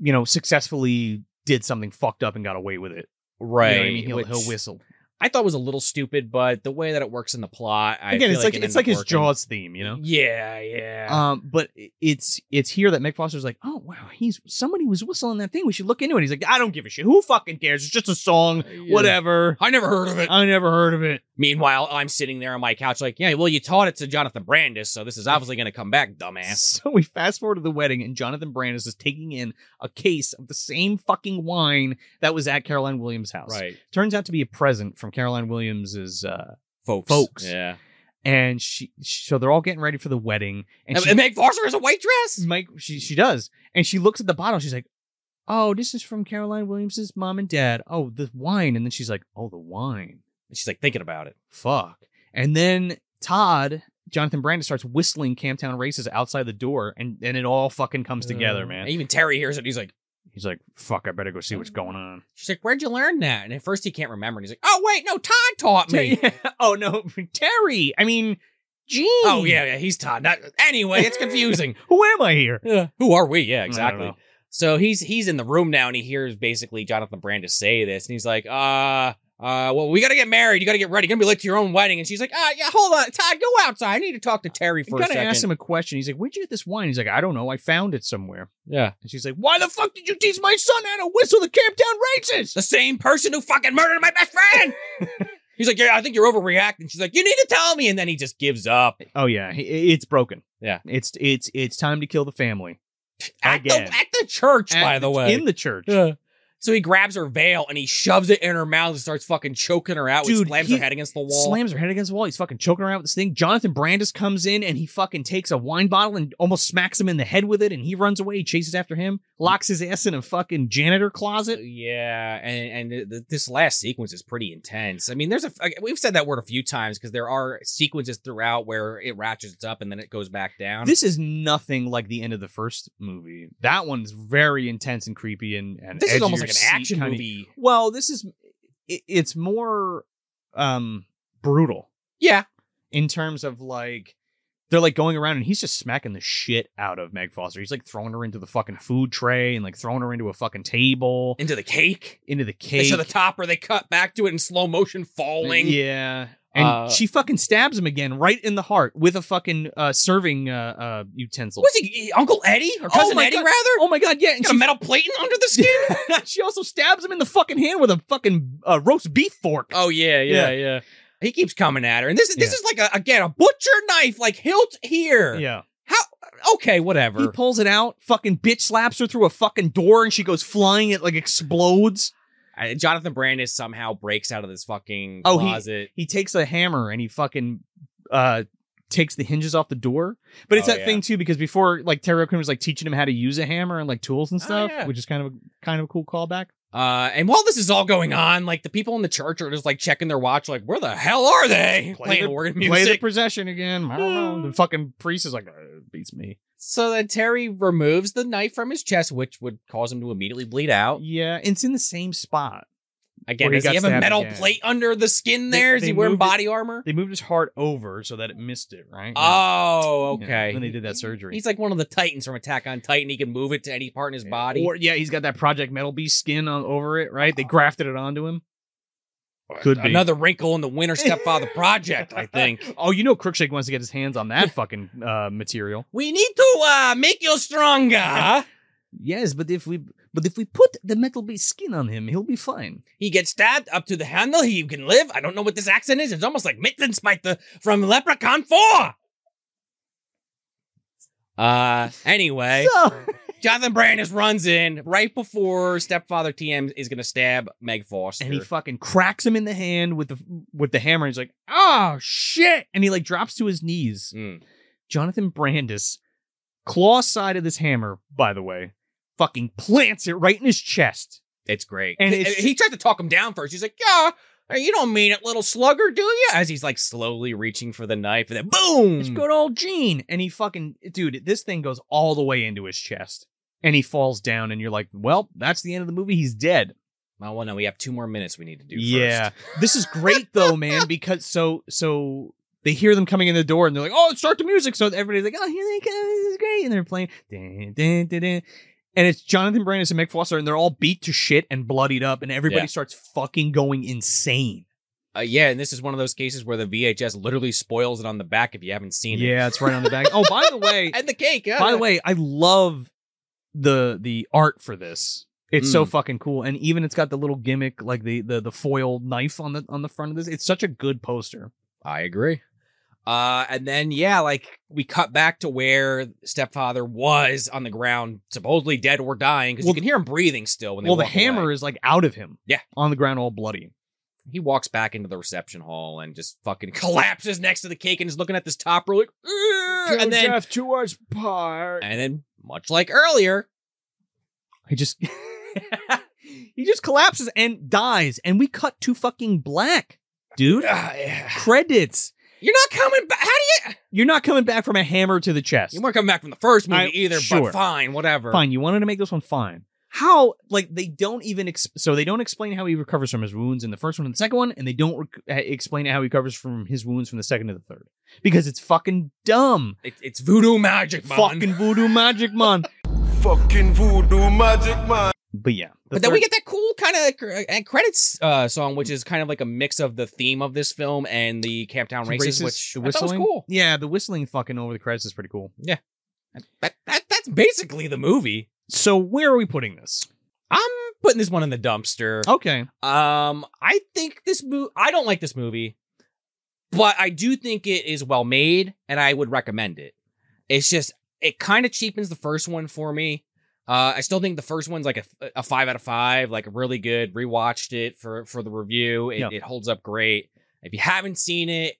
you know, successfully did something fucked up and got away with it. Right. You know what I mean? He'll, which he'll whistle. I thought was a little stupid, but the way that it works in the plot, I Again, feel it's like, it's it ended like up his working. Jaws theme, you know. Yeah, yeah. Um, but i- it's it's here that Mick Foster's like, oh wow, he's somebody was whistling that thing. We should look into it. He's like, I don't give a shit. Who fucking cares? It's just a song. Yeah. Whatever. I never heard of it. I never heard of it. Meanwhile, I'm sitting there on my couch, like, yeah, well, you taught it to Jonathan Brandis, so this is obviously going to come back, [laughs] dumbass. So we fast forward to the wedding, and Jonathan Brandis is taking in a case of the same fucking wine that was at Caroline Williams' house. Turns out to be a present from Caroline Williams's, uh, folks. Folks. Yeah. and she. So they're all getting ready for the wedding, and, And, she, Mm. and Meg Foster is a white dress. Mike, she she does, and she looks at the bottle. She's like, "Oh, this is from Caroline Williams's mom and dad. Oh, the wine." And then she's like, "Oh, the wine. And she's like thinking about it. Fuck." And then Todd. Jonathan Brandis starts whistling Camptown Races outside the door, and, and it all fucking comes together, man. And even Terry hears it. He's like, He's like, fuck, I better go see what's going [laughs] on. she's like, where'd you learn that? And at first he can't remember. And he's like, oh wait, no, Todd [laughs] taught me. oh, no, Terry. I mean, Gene. oh yeah, yeah, he's Todd. Not, anyway, [laughs] it's confusing. Who am I here? Yeah. Who are we? Yeah, don't exactly. know. So he's he's in the room now and he hears basically Jonathan Brandis say this and he's like, uh, uh, well, we gotta get married. You gotta get ready. You're gonna be late to your own wedding. And she's like, uh, yeah, hold on, Todd, go outside. I need to talk to Terry You for a gotta second. ask him a question. He's like, where'd you get this wine? He's like, I don't know. I found it somewhere. yeah, And she's like, why the fuck did you teach my son how to whistle the Camptown Races? the same person who fucking murdered my [laughs] best friend. he's like, yeah, I think you're overreacting. She's like, you need to tell me. And then he just gives up Oh, yeah. he- It's broken. Yeah. It's it's it's time to kill the family. at the, Again. at the church, by At- the way. In the church. Yeah. So he grabs her veil and he shoves it in her mouth and starts fucking choking her out, Dude, which slams he her head against the wall. Slams her head against the wall. He's fucking choking her out with this thing. Jonathan Brandis comes in and he fucking takes a wine bottle and almost smacks him in the head with it. And he runs away. He chases after him, locks his ass in a fucking janitor closet. Uh, Yeah, and and th- th- this last sequence is pretty intense. I mean, there's a f- we've said that word a few times because there are sequences throughout where it ratchets up and then it goes back down. This is nothing like the end of the first movie. That one's very intense and creepy and, and This is edge of almost your like an seat action kinda- movie. Well, this is it, it's more um brutal Yeah, in terms of like they're like going around and he's just smacking the shit out of Meg Foster. He's like throwing her into the fucking food tray and like throwing her into a fucking table, into the cake. into the They cake. show the top where they cut back to it in slow motion falling. Yeah. And Uh, she fucking stabs him again right in the heart with a fucking uh serving uh uh utensil. Was he Uncle Eddie or Oh cousin my Eddie God. rather? Oh my god, yeah, and Got a she metal plating under the skin. [laughs] she also stabs him in the fucking hand with a fucking uh, roast beef fork. [laughs] oh yeah, yeah, yeah, He keeps coming at her, and this this Yeah. is like a, again a butcher knife, like hilt here. yeah. Okay, Uh, whatever. He pulls it out, fucking bitch slaps her through a fucking door, and she goes flying. It like explodes. I, Jonathan Brandis somehow breaks out of this fucking Oh, he- closet. He takes a hammer and he fucking uh takes the hinges off the door. But it's Oh, that yeah. thing too because before like Terry O'Quinn was like teaching him how to use a hammer and like tools and Oh, stuff, yeah. which is kind of a kind of a cool callback. uh, and while this is all going on, like the people in the church are just like checking their watch, like where the hell are they Play [laughs] playing the- organ Play the music? Hmm. procession again. I don't know. The fucking priest is like "Uh, beats me. so then Terry removes the knife from his chest, which would cause him to immediately bleed out. Yeah, and it's in the same spot. Again, Where he does he got have a stabbed metal again. plate under the skin They- there? Is they he wearing moved it- body armor? They moved his heart over so that it missed it, right? Oh, Yeah, okay. When they did that surgery. He's like one of the Titans from Attack on Titan. He can move it to any part in his body. Or yeah, he's got that Project Metal Beast skin on over it, right? They grafted it onto him. Could be Another wrinkle in the [laughs] Winter Stepfather Project, [laughs] I think. Oh, you know, Crookshake wants to get his hands on that fucking uh, material. We need to uh, make you stronger. Yes, but if we but if we put the Metal Beast skin on him, he'll be fine. He gets stabbed up to the handle. He can live. I don't know what this accent is. It's almost like Mittenspite from Leprechaun 4. Uh, anyway, So Jonathan Brandis runs in right before stepfather TM is going to stab Meg Foster. and he fucking cracks him in the hand with the with the hammer. He's like, oh shit, and he like drops to his knees. Mm. Jonathan Brandis, claw side of this hammer, by the way, fucking plants it right in his chest. It's great. And he, it's- he tried to talk him down first. He's like, yeah, "Hey, you don't mean it, little slugger, do you? As he's like slowly reaching for the knife, and then boom! It's good old Gene. And he fucking, dude, this thing goes all the way into his chest. And he falls down, and you're like, well, that's the end of the movie. He's dead. Oh, well, no, we have two more minutes we need to do. yeah. first. this is great, though, man, because so, so. They hear them coming in the door and they're like, "Oh, start the music!" So everybody's like, "Oh, here they come! This is great!" And they're playing, dun, dun, dun, dun. and it's Jonathan Brandis and Mick Foster, and they're all beat to shit and bloodied up, and everybody Yeah. starts fucking going insane. Uh, yeah, and this is one of those cases where the VHS literally spoils it on the back if you haven't seen it. Yeah, it's right on [laughs] the back. Oh, by the way, and the cake. Yeah. By the way, I love the the art for this. It's so fucking cool, and even it's got the little gimmick, like the the the foil knife on the on the front of this. It's such a good poster. I agree. Uh, and then yeah, like we cut back to where stepfather was on the ground, supposedly dead or dying, because Well- you can hear him breathing still. When they Well, the walk hammer away. is like out of him. Yeah. on the ground, all bloody. He walks back into the reception hall and just fucking [laughs] collapses next to the cake and is looking at this topper like, "Ugh," and then two hours apart. and then much like earlier, [sighs] He just [laughs] he just collapses and dies, and we cut to fucking black, dude. "Ah, yeah. Credits. you're not coming back. How do you? You're not coming back from a hammer to the chest. You weren't coming back from the first movie I- either, sure. but fine, whatever. Fine, you wanted to make this one fine. How like they don't even ex- so they don't explain how he recovers from his wounds in the first one and the second one, and they don't rec- eh, explain how he recovers from his wounds from the second to the third because it's fucking dumb, It, it's voodoo magic, man. fucking voodoo magic man. Fucking voodoo magic man. But yeah, the but then we third- get that cool kind of cr- uh, credits uh, song, which is kind of like a mix of the theme of this film and the Camptown Races, racist- which the I thought was cool. Yeah, the whistling fucking over the credits is pretty cool. That, that that's basically the movie. So where are we putting this? I'm putting this one in the dumpster. Okay, Um, I think this movie. I don't like this movie, but I do think it is well made, and I would recommend it. It's just it kind of cheapens the first one for me. Uh, I still think the first one's like a, a five out of five, like really good. Rewatched it for for the review. It, Yeah. it holds up great. If you haven't seen it,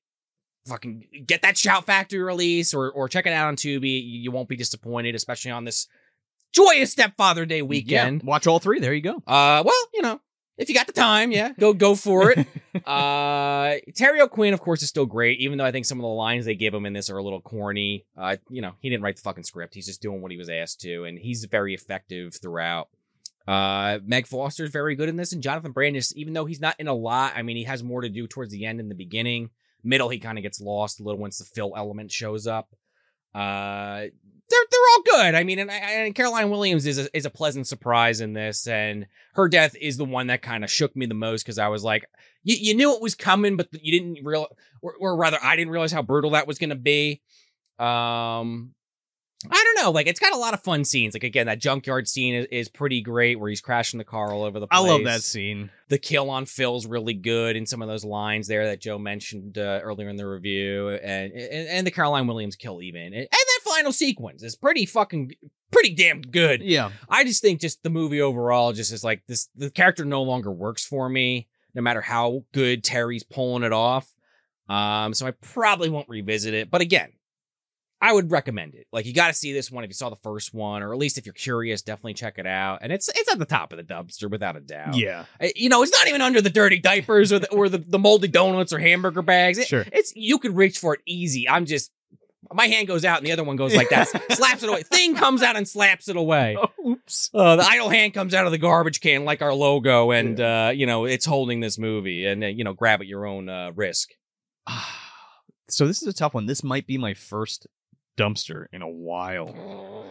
fucking get that Shout Factory release or or check it out on Tubi. You, you won't be disappointed, especially on this joyous Stepfather Day weekend. Yeah, watch all three. There you go. Uh, well, you know, if you got the time, yeah, go go for it. uh, Terry O'Quinn, of course, is still great, even though I think some of the lines they give him in this are a little corny. Uh, you know, he didn't write the fucking script; he's just doing what he was asked to, and he's very effective throughout. Uh, Meg Foster's very good in this, and Jonathan Brandis, even though he's not in a lot, I mean, he has more to do towards the end and the beginning. Middle, he kind of gets lost a little once the Phil element shows up. Uh, they're they're all good. I mean, and, and Caroline Williams is a, is a pleasant surprise in this, and her death is the one that kind of shook me the most because I was like, you you knew it was coming, but you didn't real, or, or rather, I didn't realize how brutal that was going to be. Um, I don't know. Like, it's got a lot of fun scenes. Like again, that junkyard scene is, is pretty great, where he's crashing the car all over the I place. love that scene. The kill on Phil's really good, and some of those lines there that Joe mentioned uh, earlier in the review, and, and and the Caroline Williams kill even, and, and that final sequence is pretty fucking pretty damn good. Yeah, I just think just the movie overall just is like this the character no longer works for me, no matter how good Terry's pulling it off. Um, so I probably won't revisit it. But again, I would recommend it. Like you gotta see this one if you saw the first one, or at least if you're curious, definitely check it out. And it's it's at the top of the dumpster without a doubt. [laughs] yeah. I- Uh, You know, it's not even under the dirty diapers or the or the, the moldy donuts or hamburger bags. It- Sure. It's you could reach for it easy. I'm just my hand goes out and the other one goes like that, [laughs] slaps it away. Thing comes out and slaps it away. Oops. Uh, the idle hand comes out of the garbage can like our logo, and uh, you know it's holding this movie, and uh, you know grab at your own uh, risk. [sighs] so this is a tough one. This might be my first dumpster in a while.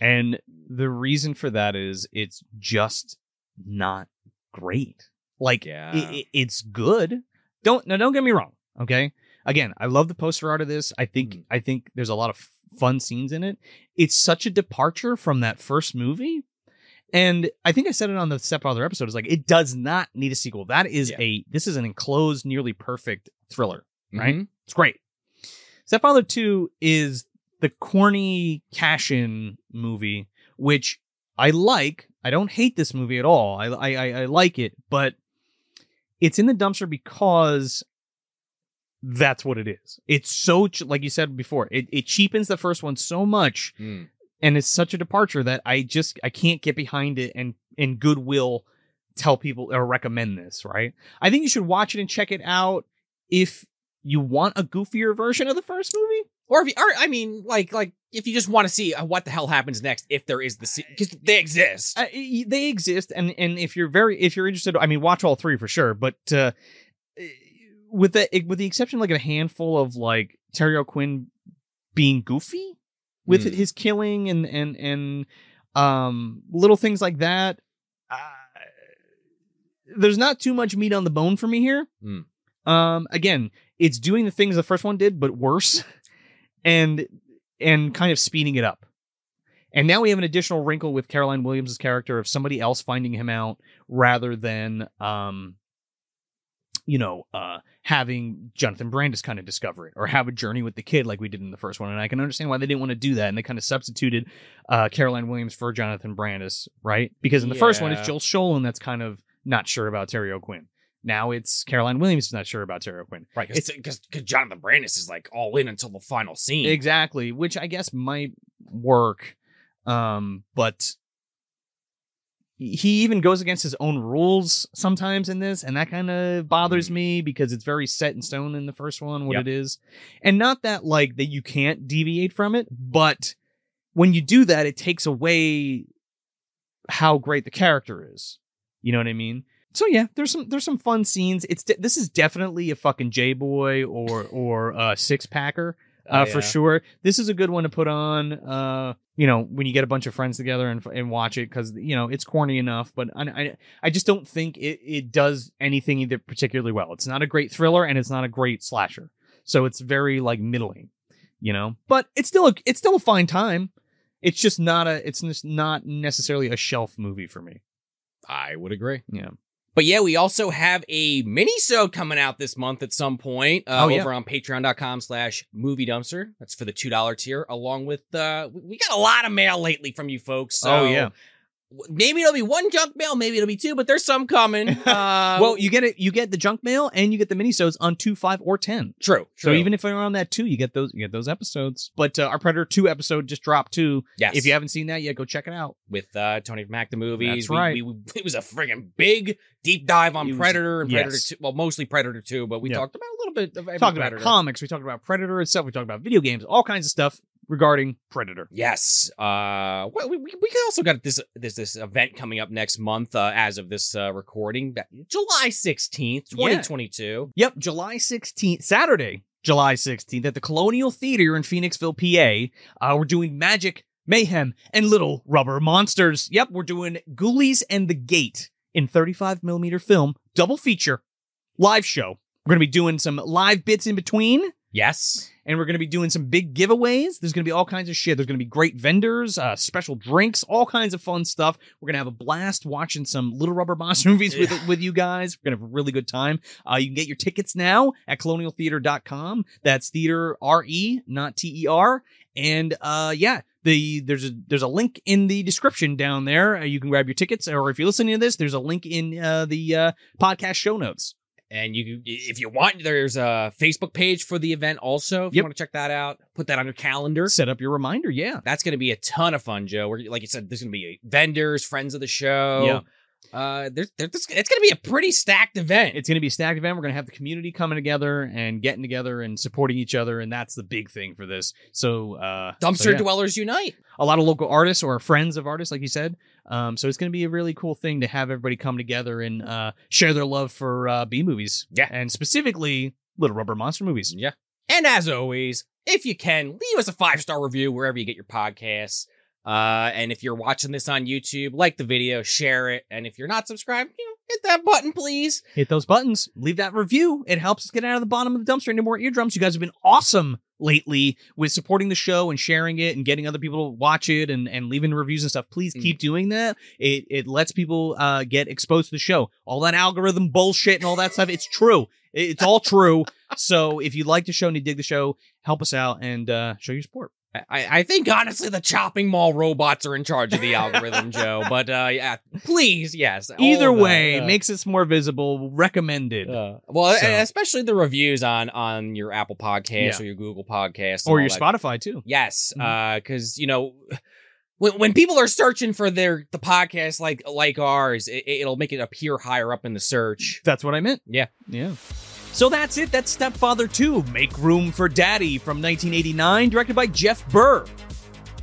And the reason for that is it's just not great. Like Yeah. i- i- it's good. Don't no don't get me wrong, okay? Again, I love the poster art of this. I think Mm. I think there's a lot of fun scenes in it. It's such a departure from that first movie. And I think I said it on the stepfather episode. It's like it does not need a sequel. That is Yeah. a this is an enclosed, nearly perfect thriller. Right? Mhm. It's great. Stepfather 2 is the corny cash in movie, which I like. I don't hate this movie at all. I, I, I- I like it, but it's in the dumpster because that's what it is. It's so, ch- like you said before, it, it cheapens the first one so much Mm. and it's such a departure that I just I can't get behind it and and goodwill tell people or recommend this, right? I think you should watch it and check it out if you want a goofier version of the first movie. Or if you, or I mean, like, like if you just want to see uh, what the hell happens next, if there is the se because they exist. Uh, y- they exist, and and if you're very if you're interested, I mean, watch all three for sure. But uh, with the eh, with the exception like a handful of like Terry O'Quinn being goofy with Hmm. his killing and and and um little things like that, uh, there's not too much meat on the bone for me here. Hmm. Um, again, it's doing the things the first one did, but worse, [laughs] and and kind of speeding it up. And now we have an additional wrinkle with Caroline Williams' character of somebody else finding him out rather than, um, you know, uh, having Jonathan Brandis kind of discover it or have a journey with the kid like we did in the first one. And I can understand why they didn't want to do that. And they kind of substituted uh, Caroline Williams for Jonathan Brandis, right? Because in the first one, it's Joel Yeah. Sholin that's kind of not sure about Terry O'Quinn. Now it's Caroline Williams who's not sure about Terry O'Quinn. Right, It's- because Jonathan Brandis is like all in until the final scene. Exactly, which I guess might work. Um, but he even goes against his own rules sometimes in this, and that kind of bothers me because it's very set in stone in the first one what Yep. it is. And not that like that you can't deviate from it, but when you do that, it takes away how great the character is. You know what I mean? So yeah, there's some there's some fun scenes. It's de- this is definitely a fucking J boy or or uh, six packer uh, Oh, for yeah. sure. This is a good one to put on. Uh, you know, when you get a bunch of friends together and and watch it because you know it's corny enough, but I I, I just don't think it it does anything either particularly well. It's not a great thriller and it's not a great slasher, so it's very like middling, you know. But it's still a it's still a fine time. It's just not a it's just not necessarily a shelf movie for me. I would agree. Yeah. But yeah, we also have a mini-sode coming out this month at some point uh, Oh, yeah. over on patreon.com slash movie dumpster. That's for the $2 tier, along with, uh, we- we got a lot of mail lately from you folks. So oh yeah. w- Maybe it'll be one junk mail, maybe it'll be two, but there's [laughs] some coming. Uh, well, you get it. You get the junk mail and you get the minisodes on two, five, or ten. true, So even if you're on that two, you get those. You get those episodes. But uh, our Predator two episode just dropped too. yes. If you haven't seen that yet, go check it out. with uh, Tony from Hack the Movies. That's right. We, we- it was a friggin' big deep dive on It was- Predator and Predator yes. 2. Well, mostly Predator 2, but we Yeah. talked about a little bit of every We talked Predator. about comics. We talked about Predator itself. We talked about video games. All kinds of stuff regarding Predator. Yes. Uh, well, we, we we also got this this this event coming up next month uh, as of this uh, recording, that- July 16th, Yeah. 2022. Yep, July sixteenth, Saturday, July sixteenth, at the Colonial Theater in Phoenixville, PA. Uh, we're doing Magic, Mayhem, and Little Rubber Monsters. Yep, we're doing Ghoulies and the Gate in 35 millimeter film, double feature, live show. We're gonna be doing some live bits in between. Yes. and we're going to be doing some big giveaways. There's going to be all kinds of shit. There's going to be great vendors, uh, special drinks, all kinds of fun stuff. We're going to have a blast watching some Little Rubber Boss [laughs] movies with with you guys. We're going to have a really good time. Uh, you can get your tickets now at colonialtheater.com. That's theater R E, not T E R. And uh, yeah, the there's a there's a link in the description down there. Uh, you can grab your tickets, or if you're listening to this, there's a link in uh, the uh, podcast show notes. And you, if you want, there's a Facebook page for the event also. If you Yep. want to check that out, put that on your calendar. Set up your reminder. Yeah. That's going to be a ton of fun, Joe. We're, like you said, there's going to be vendors, friends of the show. Yeah. Uh, there's, there's, it's going to be a pretty stacked event. it's going to be a stacked event. We're going to have the community coming together and getting together and supporting each other, and that's the big thing for this. So, uh, Dumpster so yeah. Dwellers Unite. a lot of local artists or friends of artists, like you said. Um, so it's going to be a really cool thing to have everybody come together and uh, share their love for uh, B movies, Yeah. and specifically Little Rubber Monster movies. Yeah. And as always, if you can, leave us a five star review wherever you get your podcasts. Uh, and if you're watching this on YouTube, like the video, share it. And if you're not subscribed, you know, hit that button, please. Hit those buttons, leave that review. It helps us get out of the bottom of the dumpster into more eardrums. You guys have been awesome lately with supporting the show and sharing it and getting other people to watch it and, and leaving reviews and stuff. Mm-hmm. Please keep doing that. It it lets people uh, get exposed to the show. All that algorithm bullshit and all that stuff. It's true. It- It's all true. So if you like the show and you dig the show, help us out and uh, show your support. I, I think honestly the chopping mall robots are in charge of [laughs] the algorithm, Joe. But uh, yeah, please, yes. all Either of that, way, uh, makes us more visible. Recommended. uh, well, so. and especially the reviews on on your Apple Yeah. Podcast or your Google Podcast and or all your that Spotify too. Yes, Mhm. because you know [sighs] when, when people are searching for their the podcast like like ours, it, it'll make it appear higher up in the search. That's what I meant. Yeah. Yeah. So that's it. That's Stepfather 2, Make Room for Daddy from 1989, directed by Jeff Burr.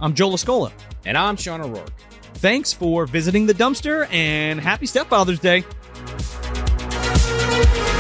I'm Joel Escola. And I'm Sean O'Rourke. Thanks for visiting the dumpster and happy Stepfather's Day. Thank you.